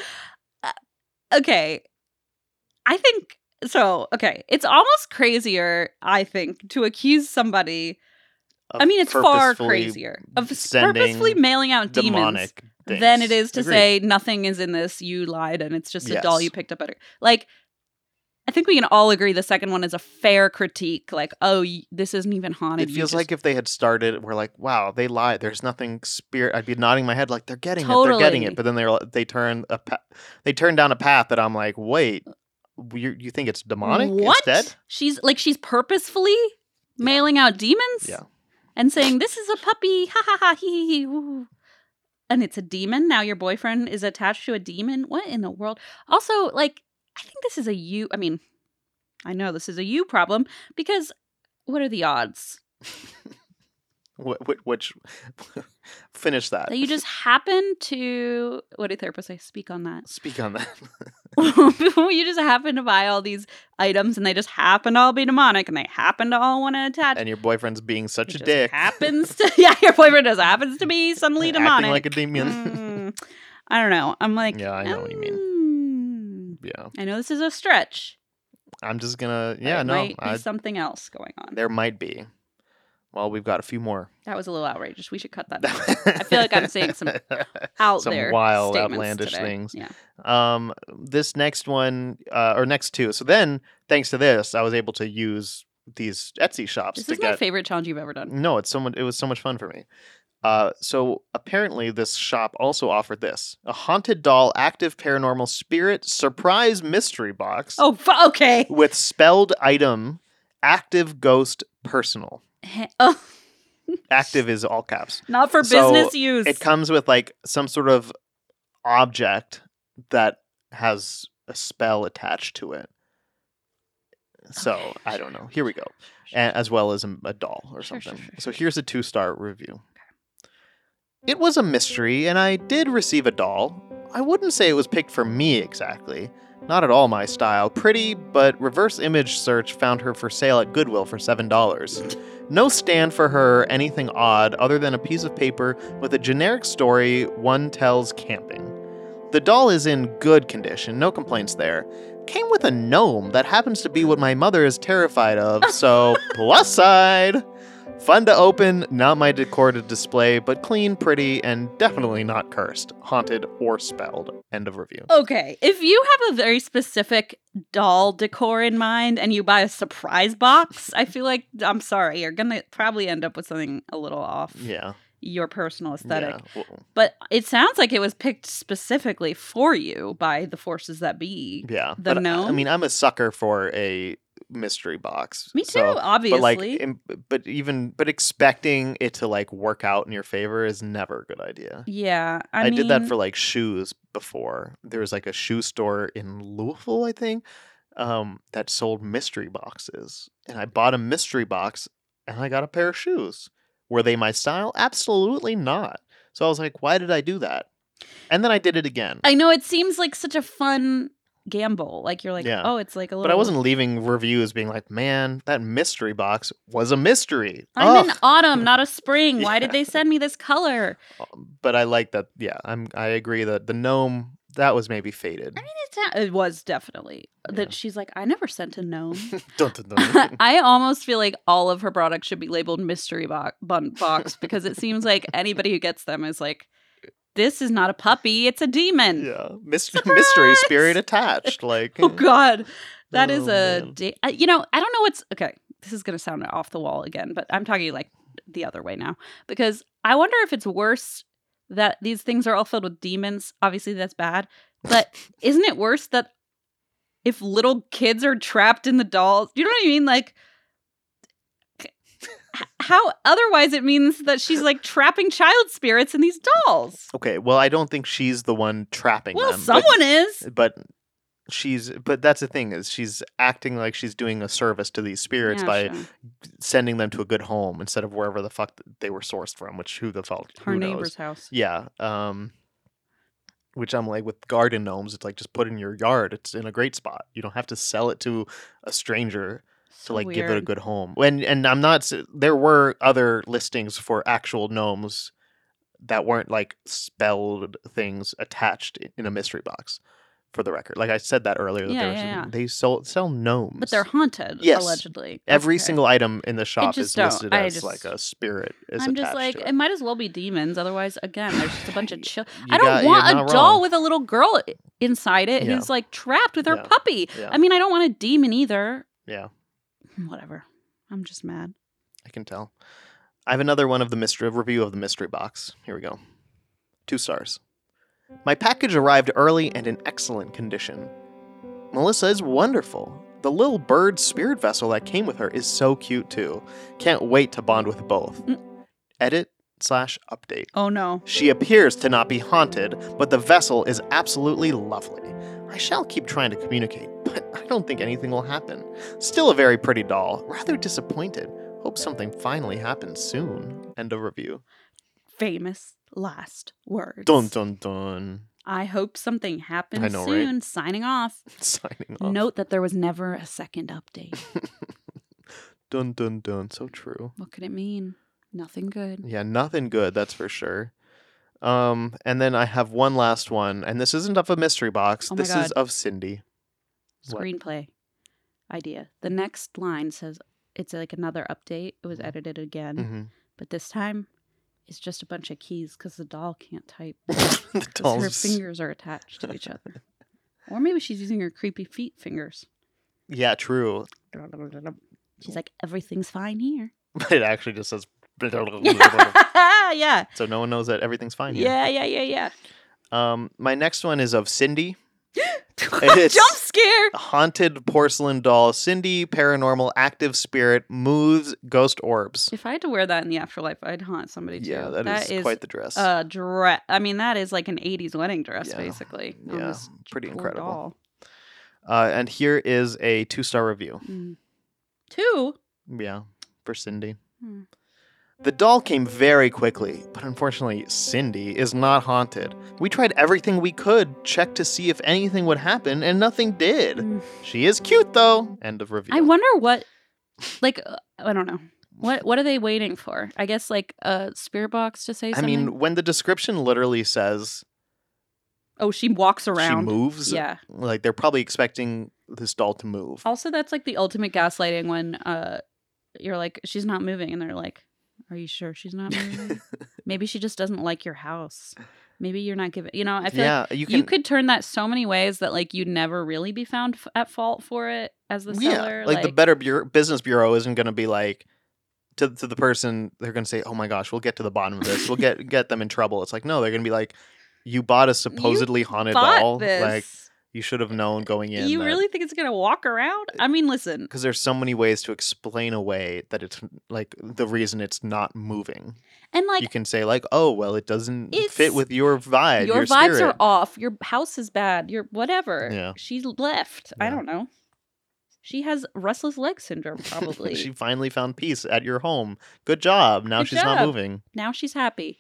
Speaker 1: Uh, okay. I think So, okay. It's almost crazier, I think, to accuse somebody.
Speaker 2: of
Speaker 1: I mean, it's far
Speaker 2: purposefully
Speaker 1: crazier of s-
Speaker 2: sending
Speaker 1: purposefully mailing out demons
Speaker 2: demonic things.
Speaker 1: than it is to
Speaker 2: Agreed.
Speaker 1: say nothing is in this, you lied, and it's just a doll
Speaker 2: Yes.
Speaker 1: you picked up at her. Like, I think we can all agree the second one is a fair critique. Like, oh, y- this isn't even haunted.
Speaker 2: It
Speaker 1: you
Speaker 2: feels
Speaker 1: just
Speaker 2: like if they had started, we're like, wow, they lied. There's nothing spirit. I'd be nodding my head like they're getting it, they're getting
Speaker 1: Totally.
Speaker 2: it. But then they are they turn a pa- they turn down a path that I'm like, wait, you you think it's demonic
Speaker 1: What?
Speaker 2: instead?
Speaker 1: She's like she's purposefully mailing out demons.
Speaker 2: Yeah.
Speaker 1: And saying this is a puppy, ha ha ha, hee hee hee, woo. and it's a demon. Now your boyfriend is attached to a demon. What in the world? Also, like, I think this is a you. I mean, I know this is a you problem because what are the odds
Speaker 2: Wh- wh- which [laughs] finish that?
Speaker 1: that you
Speaker 2: [laughs]
Speaker 1: just happen to? What do therapists say? Speak on
Speaker 2: [laughs]
Speaker 1: that. [laughs]
Speaker 2: speak on that.
Speaker 1: you just happen to buy all these items, and they just happen to all be demonic, and they happen to all want to attach.
Speaker 2: and your boyfriend's being such a
Speaker 1: just
Speaker 2: dick. [laughs]
Speaker 1: Happens to [laughs] yeah, your boyfriend just happens to be suddenly
Speaker 2: Acting
Speaker 1: demonic.
Speaker 2: like a demon.
Speaker 1: Mm, I don't know. I'm like
Speaker 2: Yeah, I know what you mean.
Speaker 1: mean.
Speaker 2: [laughs] yeah,
Speaker 1: I know this is a stretch.
Speaker 2: I'm just gonna.
Speaker 1: but
Speaker 2: Yeah,
Speaker 1: it
Speaker 2: no,
Speaker 1: might be
Speaker 2: I-
Speaker 1: something else going on.
Speaker 2: there might be. Well, we've got a few more. [laughs]
Speaker 1: That was a little outrageous. We should cut that out.
Speaker 2: I
Speaker 1: feel like I'm saying some out
Speaker 2: Some
Speaker 1: there.
Speaker 2: wild,
Speaker 1: statements
Speaker 2: outlandish
Speaker 1: today.
Speaker 2: things.
Speaker 1: Yeah.
Speaker 2: [laughs] um this next one uh or next two so then thanks to this i was able to use these etsy shops
Speaker 1: This
Speaker 2: to
Speaker 1: is my
Speaker 2: get Mm.
Speaker 1: favorite challenge you've ever done.
Speaker 2: no it's so much it was so much fun for me uh so apparently this shop also offered this a haunted doll active paranormal spirit surprise mystery box
Speaker 1: Oh, fu- okay. [laughs]
Speaker 2: with spelled item active ghost personal
Speaker 1: Oh,
Speaker 2: active is all caps
Speaker 1: not for
Speaker 2: So,
Speaker 1: business use.
Speaker 2: it comes with like some sort of object that has a spell attached to it. So
Speaker 1: Okay,
Speaker 2: I don't know. Here we go, and, as well as a, a doll or
Speaker 1: Sure, sure,
Speaker 2: something.
Speaker 1: sure,
Speaker 2: So here's a two star review. It was a mystery, and I did receive a doll. I wouldn't say it was picked for me exactly. Not at all my style. Pretty, but reverse image search found her for sale at Goodwill for $7. No stand for her, or anything odd, other than a piece of paper with a generic story one tells camping. The doll is in good condition, no complaints there. Came with a gnome that happens to be what my mother is terrified of,
Speaker 1: [laughs]
Speaker 2: so plus side! Fun to open, not my decor to display, but clean, pretty, and definitely not cursed, haunted, or spelled. End of review.
Speaker 1: Okay, if you have a very specific doll decor in mind and you buy a surprise box, I feel like I'm sorry, you're gonna probably end up with something a little off
Speaker 2: Yeah.
Speaker 1: your personal aesthetic.
Speaker 2: Yeah. w-
Speaker 1: But it sounds like it was picked specifically for you by the forces that be.
Speaker 2: yeah.
Speaker 1: The
Speaker 2: but, uh, I- I
Speaker 1: gnome?
Speaker 2: mean, I'm a sucker for a mystery box.
Speaker 1: Me too,
Speaker 2: so-
Speaker 1: obviously.
Speaker 2: But like, im- but even but expecting it to like work out in your favor is never a good idea.
Speaker 1: yeah, I,
Speaker 2: I, did that
Speaker 1: mean,
Speaker 2: for like shoes before. There was like a shoe store in Louisville, I think, um, that sold mystery boxes, and I bought a mystery box, and I got a pair of shoes. Were they my style? Absolutely not. So I was like, why did I do that? And then I did it again.
Speaker 1: I know it seems like such a fun gamble. Like you're like,
Speaker 2: Yeah.
Speaker 1: oh, it's like a little.
Speaker 2: but I wasn't leaving reviews being like, man, that mystery box was a mystery.
Speaker 1: I'm in
Speaker 2: Ugh.
Speaker 1: autumn, not a spring. Why
Speaker 2: Yeah.
Speaker 1: did they send me this color?
Speaker 2: But I like that. Yeah, I'm. I agree that the gnome that was maybe faded.
Speaker 1: I mean, it's not, it was definitely
Speaker 2: Yeah.
Speaker 1: that she's like, I never sent a
Speaker 2: [laughs]
Speaker 1: gnome. [laughs]
Speaker 2: Dun, dun, dun.
Speaker 1: I almost feel like all of her products should be labeled mystery box, bun- box because it seems like anybody who gets them is like, this is not a puppy, it's a demon.
Speaker 2: yeah, Mys- mystery spirit attached. Like,
Speaker 1: Oh God, that is
Speaker 2: Oh,
Speaker 1: a
Speaker 2: man.
Speaker 1: da- I- you know I don't know what's okay. This is gonna sound off the wall again, but I'm talking like the other way now because I wonder if it's worse that these things are all filled with demons. Obviously, that's bad,
Speaker 2: [laughs]
Speaker 1: but isn't it worse that if little kids are trapped in the dolls? You know what I mean?
Speaker 2: [laughs]
Speaker 1: Like. h- How otherwise it means that she's like trapping child spirits in these dolls.
Speaker 2: okay. Well, I don't think she's the one trapping
Speaker 1: Well,
Speaker 2: them.
Speaker 1: someone is.
Speaker 2: but, but she's. But that's the thing is, she's acting like she's doing a service to these spirits
Speaker 1: Yeah,
Speaker 2: by
Speaker 1: sure.
Speaker 2: sending them to a good home instead of wherever the fuck they were sourced from. Which who the fuck?
Speaker 1: her
Speaker 2: who
Speaker 1: neighbor's
Speaker 2: Knows?
Speaker 1: house.
Speaker 2: Yeah. Um. Which I'm like with garden gnomes. It's like just put it in your yard. It's in a great spot. You don't have to sell it to a stranger. to
Speaker 1: So
Speaker 2: like give it a
Speaker 1: weird.
Speaker 2: good home. And and I'm not. s- There were other listings for actual gnomes that weren't like spelled things attached i- in a mystery box. for the record. Like I said that earlier, that
Speaker 1: Yeah,
Speaker 2: there was,
Speaker 1: yeah, yeah.
Speaker 2: they sell sell gnomes.
Speaker 1: But they're haunted,
Speaker 2: Yes.
Speaker 1: allegedly.
Speaker 2: every
Speaker 1: Okay.
Speaker 2: single item in the shop
Speaker 1: just
Speaker 2: is
Speaker 1: don't-
Speaker 2: listed
Speaker 1: I
Speaker 2: as
Speaker 1: just-
Speaker 2: like a spirit. Is
Speaker 1: I'm just
Speaker 2: attached
Speaker 1: like,
Speaker 2: to
Speaker 1: it.
Speaker 2: it.
Speaker 1: might as well be demons. Otherwise, again, there's just a bunch of chill.
Speaker 2: You
Speaker 1: I don't
Speaker 2: got- you're
Speaker 1: want a
Speaker 2: not
Speaker 1: doll
Speaker 2: wrong.
Speaker 1: with a little girl i- inside it
Speaker 2: Yeah.
Speaker 1: who's like trapped with her
Speaker 2: Yeah.
Speaker 1: puppy.
Speaker 2: Yeah.
Speaker 1: I mean, I don't want a demon either. Hmm,
Speaker 2: yeah,
Speaker 1: Whatever. I'm just mad.
Speaker 2: I can tell. I have another one of the mystery review of the mystery box. Here we go. Two stars. My package arrived early and in excellent condition. Melissa is wonderful. The little bird spirit vessel that came with her is so cute too. Can't wait to bond with both. Edit slash update.
Speaker 1: Oh no.
Speaker 2: She appears to not be haunted, but the vessel is absolutely lovely. I shall keep trying to communicate, but I don't think anything will happen. Still a very pretty doll, rather disappointed. Hope something finally happens soon. End of review.
Speaker 1: Famous last words.
Speaker 2: Dun dun dun. [laughs]
Speaker 1: I hope something happens
Speaker 2: I know, right?
Speaker 1: soon. Signing off.
Speaker 2: Signing off.
Speaker 1: Note that there was never a second update.
Speaker 2: Dun dun dun. So true.
Speaker 1: what could it mean? Nothing good.
Speaker 2: Yeah, nothing good, that's for sure. Um, and then I have one last one, and this isn't of a mystery box.
Speaker 1: Oh my
Speaker 2: this is
Speaker 1: God.
Speaker 2: of Cindy. What?
Speaker 1: Screenplay idea. The next line says it's like another update. It
Speaker 2: Mm-hmm.
Speaker 1: was edited again,
Speaker 2: [laughs] Mhm.
Speaker 1: but this time it's just a bunch of keys because the doll can't type. 'cause
Speaker 2: the doll's
Speaker 1: her
Speaker 2: just-
Speaker 1: fingers are attached to each
Speaker 2: [laughs]
Speaker 1: other. Or maybe she's using her creepy feet fingers.
Speaker 2: Yeah, true.
Speaker 1: She's like, everything's fine
Speaker 2: [laughs]
Speaker 1: here.
Speaker 2: But it actually just says [laughs]
Speaker 1: [laughs] yeah.
Speaker 2: So no one knows that everything's fine. Here.
Speaker 1: Yeah, yeah, yeah, yeah.
Speaker 2: Um, my next one is of Cindy,
Speaker 1: [laughs]
Speaker 2: It's-
Speaker 1: Jump scare.
Speaker 2: haunted porcelain doll. Cindy, paranormal, active spirit, moves, ghost orbs.
Speaker 1: If I had to wear that in the afterlife, I'd haunt somebody too.
Speaker 2: Yeah, that is, quite the dress.
Speaker 1: a dress. I mean, that is like an '80s wedding dress,
Speaker 2: Yeah.
Speaker 1: basically. on
Speaker 2: yeah,
Speaker 1: this
Speaker 2: pretty
Speaker 1: poor
Speaker 2: incredible.
Speaker 1: doll.
Speaker 2: Uh, and here is a two-star review.
Speaker 1: Mm. Two.
Speaker 2: Yeah, for Cindy.
Speaker 1: Hmm.
Speaker 2: The doll came very quickly, but unfortunately, Cindy is not haunted. We tried everything we could, checked to see if anything would happen, and nothing did.
Speaker 1: Mm.
Speaker 2: She is cute, though. End of review.
Speaker 1: I wonder what, like, uh, I don't know. What What are they waiting for? I guess like a spirit box to say
Speaker 2: I
Speaker 1: something.
Speaker 2: mean, when the description literally says
Speaker 1: oh, she walks
Speaker 2: she
Speaker 1: around.
Speaker 2: moves,
Speaker 1: Yeah. Oh,
Speaker 2: like they're probably expecting this doll to move.
Speaker 1: Also, that's like the ultimate gaslighting when uh, you're like, she's not moving, and they're like, Are you sure she's not
Speaker 2: [laughs]
Speaker 1: moving? Maybe she just doesn't like your house. Maybe you're not giving. You know, I feel like
Speaker 2: yeah, you
Speaker 1: you,
Speaker 2: can.
Speaker 1: could turn that so many ways that like you'd never really be found f- at fault for it as the
Speaker 2: yeah,
Speaker 1: seller.
Speaker 2: like, the Better Bureau, Business Bureau isn't going to be like to to the person. They're going to say, "Oh my gosh, we'll get to the bottom of this.
Speaker 1: [laughs]
Speaker 2: We'll get get them in trouble." It's like no, they're going to be like, "You bought a supposedly haunted
Speaker 1: bought
Speaker 2: doll.
Speaker 1: this.
Speaker 2: Like you should have known going in."
Speaker 1: you really think it's gonna walk around? I mean, listen,
Speaker 2: Because there's so many ways to explain away that it's like the reason it's not moving.
Speaker 1: and
Speaker 2: you
Speaker 1: like
Speaker 2: can say like, "Oh, well, it doesn't fit
Speaker 1: It's-
Speaker 2: with your vibe.
Speaker 1: your,
Speaker 2: Your,
Speaker 1: vibes
Speaker 2: spirit.
Speaker 1: are
Speaker 2: [laughs]
Speaker 1: off. Your house is bad. Your whatever.
Speaker 2: Yeah.
Speaker 1: She left. I
Speaker 2: Yeah.
Speaker 1: don't know. She has restless leg syndrome, probably.
Speaker 2: [laughs] she finally found peace at your home. Good job. Now
Speaker 1: Good
Speaker 2: she's not
Speaker 1: job.
Speaker 2: moving.
Speaker 1: now she's happy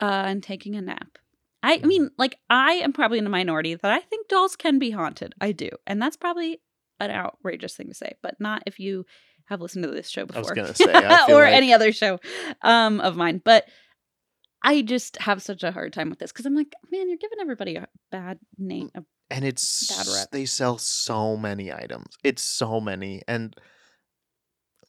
Speaker 1: uh, and taking a nap. I
Speaker 2: Mm.
Speaker 1: mean, like, I am probably in the minority that I think dolls can be haunted. I do. And that's probably an outrageous thing to say, but not if you have listened to this show before.
Speaker 2: I was gonna
Speaker 1: [laughs]
Speaker 2: say, I feel
Speaker 1: or
Speaker 2: like-
Speaker 1: any other show um, of mine. But I just have such a hard time with this because I'm like, man, you're giving everybody a bad name. A-
Speaker 2: And it's
Speaker 1: Bad
Speaker 2: s-
Speaker 1: rep.
Speaker 2: they sell so many items. It's so many. And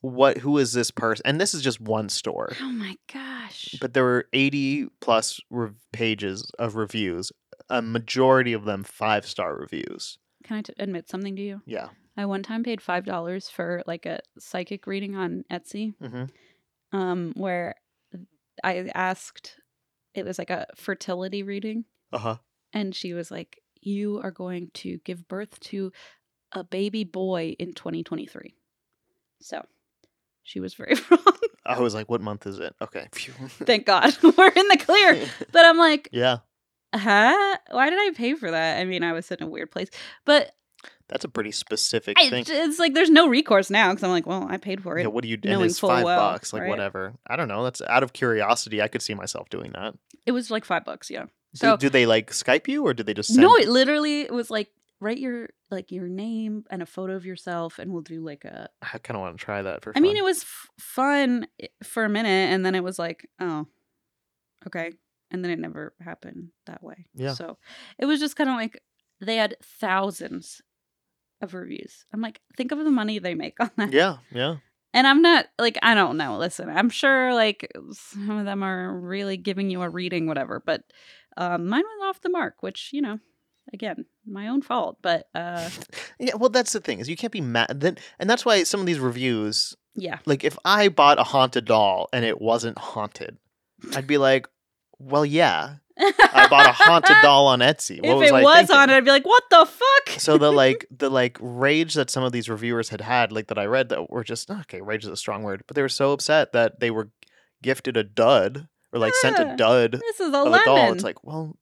Speaker 2: what? Who is this person? And this is just one store.
Speaker 1: Oh my gosh.
Speaker 2: But there were eighty plus rev pages of reviews. A majority of them five star reviews.
Speaker 1: Can I t- admit something to you?
Speaker 2: Yeah.
Speaker 1: I one time paid $5 for like a psychic reading on Etsy.
Speaker 2: Mm-hmm.
Speaker 1: um, where I asked, it was like a fertility reading,
Speaker 2: Uh huh.
Speaker 1: and she was like, You are going to give birth to a baby boy in 2023. So she was very [laughs] wrong.
Speaker 2: I was like, what month is it? Okay. Phew.
Speaker 1: Thank God [laughs] we're in the
Speaker 2: [laughs]
Speaker 1: clear. But I'm like,
Speaker 2: yeah.
Speaker 1: Huh? Why did I pay for that? I mean, I was in a weird place, but
Speaker 2: That's a pretty specific
Speaker 1: I,
Speaker 2: thing.
Speaker 1: it's like there's no recourse now because I'm like, Well, I paid for it.
Speaker 2: Yeah, what do you and
Speaker 1: knowing
Speaker 2: it's
Speaker 1: full
Speaker 2: five
Speaker 1: well,
Speaker 2: bucks, like
Speaker 1: right?
Speaker 2: whatever. I don't know. That's out of curiosity. I could see myself doing that.
Speaker 1: It was like five bucks. Yeah.
Speaker 2: Do-
Speaker 1: So-
Speaker 2: do, they like Skype you or do they just send
Speaker 1: No, it literally was like write your like your name and a photo of yourself, and we'll do like a.
Speaker 2: I kinda wanna try that for
Speaker 1: I mean,
Speaker 2: fun.
Speaker 1: it was f- fun i- for a minute, and then it was like, oh, okay, and then it never happened that way.
Speaker 2: Yeah.
Speaker 1: So it was just kind of like They had thousands of reviews. I'm like, think of the money they make on that.
Speaker 2: Yeah, yeah.
Speaker 1: And I'm not like, I don't know. Listen, I'm sure like some of them are really giving you a reading, whatever, but um, mine was off the mark, which, you know, again, my own fault. But uh,
Speaker 2: [laughs] Yeah, well that's the thing, is you can't be mad then and that's why some of these reviews,
Speaker 1: yeah,
Speaker 2: like if I bought a haunted doll and it wasn't haunted, I'd be like, Well yeah. I bought
Speaker 1: [laughs]
Speaker 2: a haunted doll on Etsy. What
Speaker 1: if
Speaker 2: was
Speaker 1: it
Speaker 2: I
Speaker 1: was
Speaker 2: thinking?
Speaker 1: on it, I'd be like, what the fuck?
Speaker 2: so the like the like rage that some of these reviewers had had like that i read that were just okay rage is a strong word but they were so upset that they were gifted a dud or like sent
Speaker 1: Yeah.
Speaker 2: a
Speaker 1: [laughs]
Speaker 2: dud
Speaker 1: this is a
Speaker 2: of
Speaker 1: lemon.
Speaker 2: a doll it's like well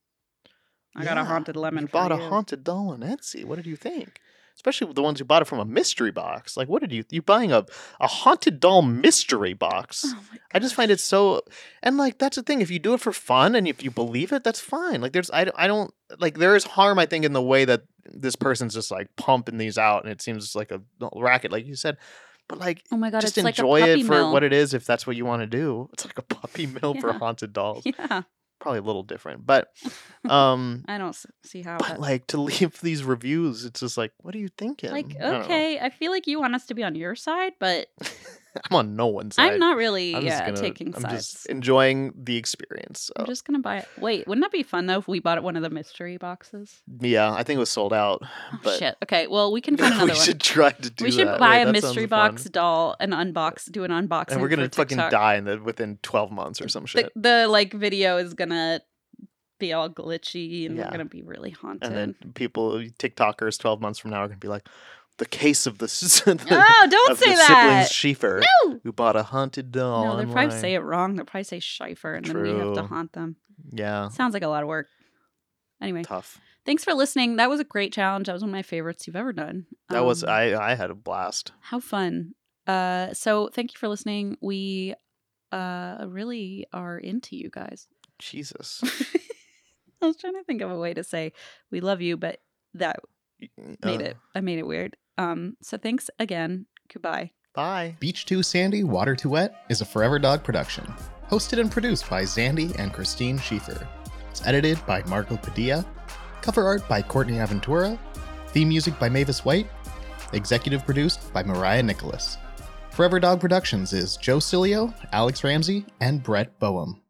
Speaker 1: I got
Speaker 2: yeah,
Speaker 1: a haunted lemon.
Speaker 2: you
Speaker 1: for
Speaker 2: bought a
Speaker 1: you.
Speaker 2: haunted doll on etsy what did you think especially the ones who bought it from a mystery box like what did you you buying a, a haunted doll mystery box
Speaker 1: Oh my
Speaker 2: I just find it so, and like that's the thing. If you do it for fun and if you believe it, that's fine. Like there's, I, don't- I don't like there is harm. I think in the way that this person's just like pumping these out, and it seems like a racket, like you said. But like,
Speaker 1: Oh my god,
Speaker 2: just
Speaker 1: it's
Speaker 2: enjoy
Speaker 1: like a puppy
Speaker 2: it for
Speaker 1: mill. [laughs]
Speaker 2: what it is, if that's what you want to do. It's like a puppy mill for
Speaker 1: Yeah. [laughs]
Speaker 2: haunted dolls.
Speaker 1: Yeah,
Speaker 2: Probably a little
Speaker 1: [laughs]
Speaker 2: different, but um,
Speaker 1: I don't s- see how.
Speaker 2: but
Speaker 1: But
Speaker 2: like to leave these reviews, it's just like, what are you thinking?
Speaker 1: like,
Speaker 2: I don't know.
Speaker 1: okay, I feel like you want us to be on your side, but
Speaker 2: [laughs] I'm on no one's side.
Speaker 1: I'm not really
Speaker 2: I'm just
Speaker 1: yeah,
Speaker 2: gonna-
Speaker 1: taking
Speaker 2: I'm
Speaker 1: sides.
Speaker 2: just enjoying the experience.
Speaker 1: I'm
Speaker 2: so.
Speaker 1: just gonna buy it. Wait, wouldn't that be fun though if we bought one of the mystery boxes?
Speaker 2: Yeah, I think it was sold out.
Speaker 1: Oh
Speaker 2: but
Speaker 1: shit. Okay, well we
Speaker 2: [laughs]
Speaker 1: can find [laughs] another
Speaker 2: we
Speaker 1: one.
Speaker 2: should try to do
Speaker 1: we should
Speaker 2: that.
Speaker 1: buy
Speaker 2: Wait,
Speaker 1: a
Speaker 2: that
Speaker 1: mystery
Speaker 2: sounds
Speaker 1: box
Speaker 2: fun.
Speaker 1: doll and unbox, do an unboxing.
Speaker 2: and we're gonna
Speaker 1: for
Speaker 2: fucking
Speaker 1: TikTok.
Speaker 2: die in the within twelve months or some
Speaker 1: The,
Speaker 2: shit.
Speaker 1: the like video is gonna be all glitchy, and
Speaker 2: Yeah.
Speaker 1: we're gonna be really haunted.
Speaker 2: and
Speaker 1: [laughs]
Speaker 2: then people, TikTokers, twelve months from now are gonna be like, the case of the, s- [laughs] [laughs] the
Speaker 1: oh, [laughs] don't
Speaker 2: of
Speaker 1: say
Speaker 2: the
Speaker 1: that.
Speaker 2: siblings Schieffer [laughs]
Speaker 1: No!
Speaker 2: who bought a haunted doll.
Speaker 1: No, they probably say
Speaker 2: online."
Speaker 1: it wrong. They probably say Schifer, and then we have to
Speaker 2: True. Oh.
Speaker 1: haunt them.
Speaker 2: Yeah,
Speaker 1: Sounds like a lot of work. Anyway,
Speaker 2: tough.
Speaker 1: thanks for listening. That was a great challenge. That was one of my favorites you've ever done.
Speaker 2: That was
Speaker 1: Um,
Speaker 2: I. I had a blast.
Speaker 1: How fun. Uh, so thank you for listening. We uh, really are into you guys. [laughs]
Speaker 2: Jesus.
Speaker 1: I was trying to think of a way to say we love you, but that made
Speaker 2: Uh,
Speaker 1: it. I made it weird. Um, so thanks again. Goodbye.
Speaker 2: Bye.
Speaker 4: Beach Too Sandy, Water Too Wet is a Forever Dog production, hosted and produced by Zandy and Christine Schieffer. It's edited by Marco Padilla, cover art by Courtney Aventura, theme music by Mavis White, executive produced by Mariah Nicholas. Forever Dog Productions is Joe Cilio, Alex Ramsey, and Brett Boehm.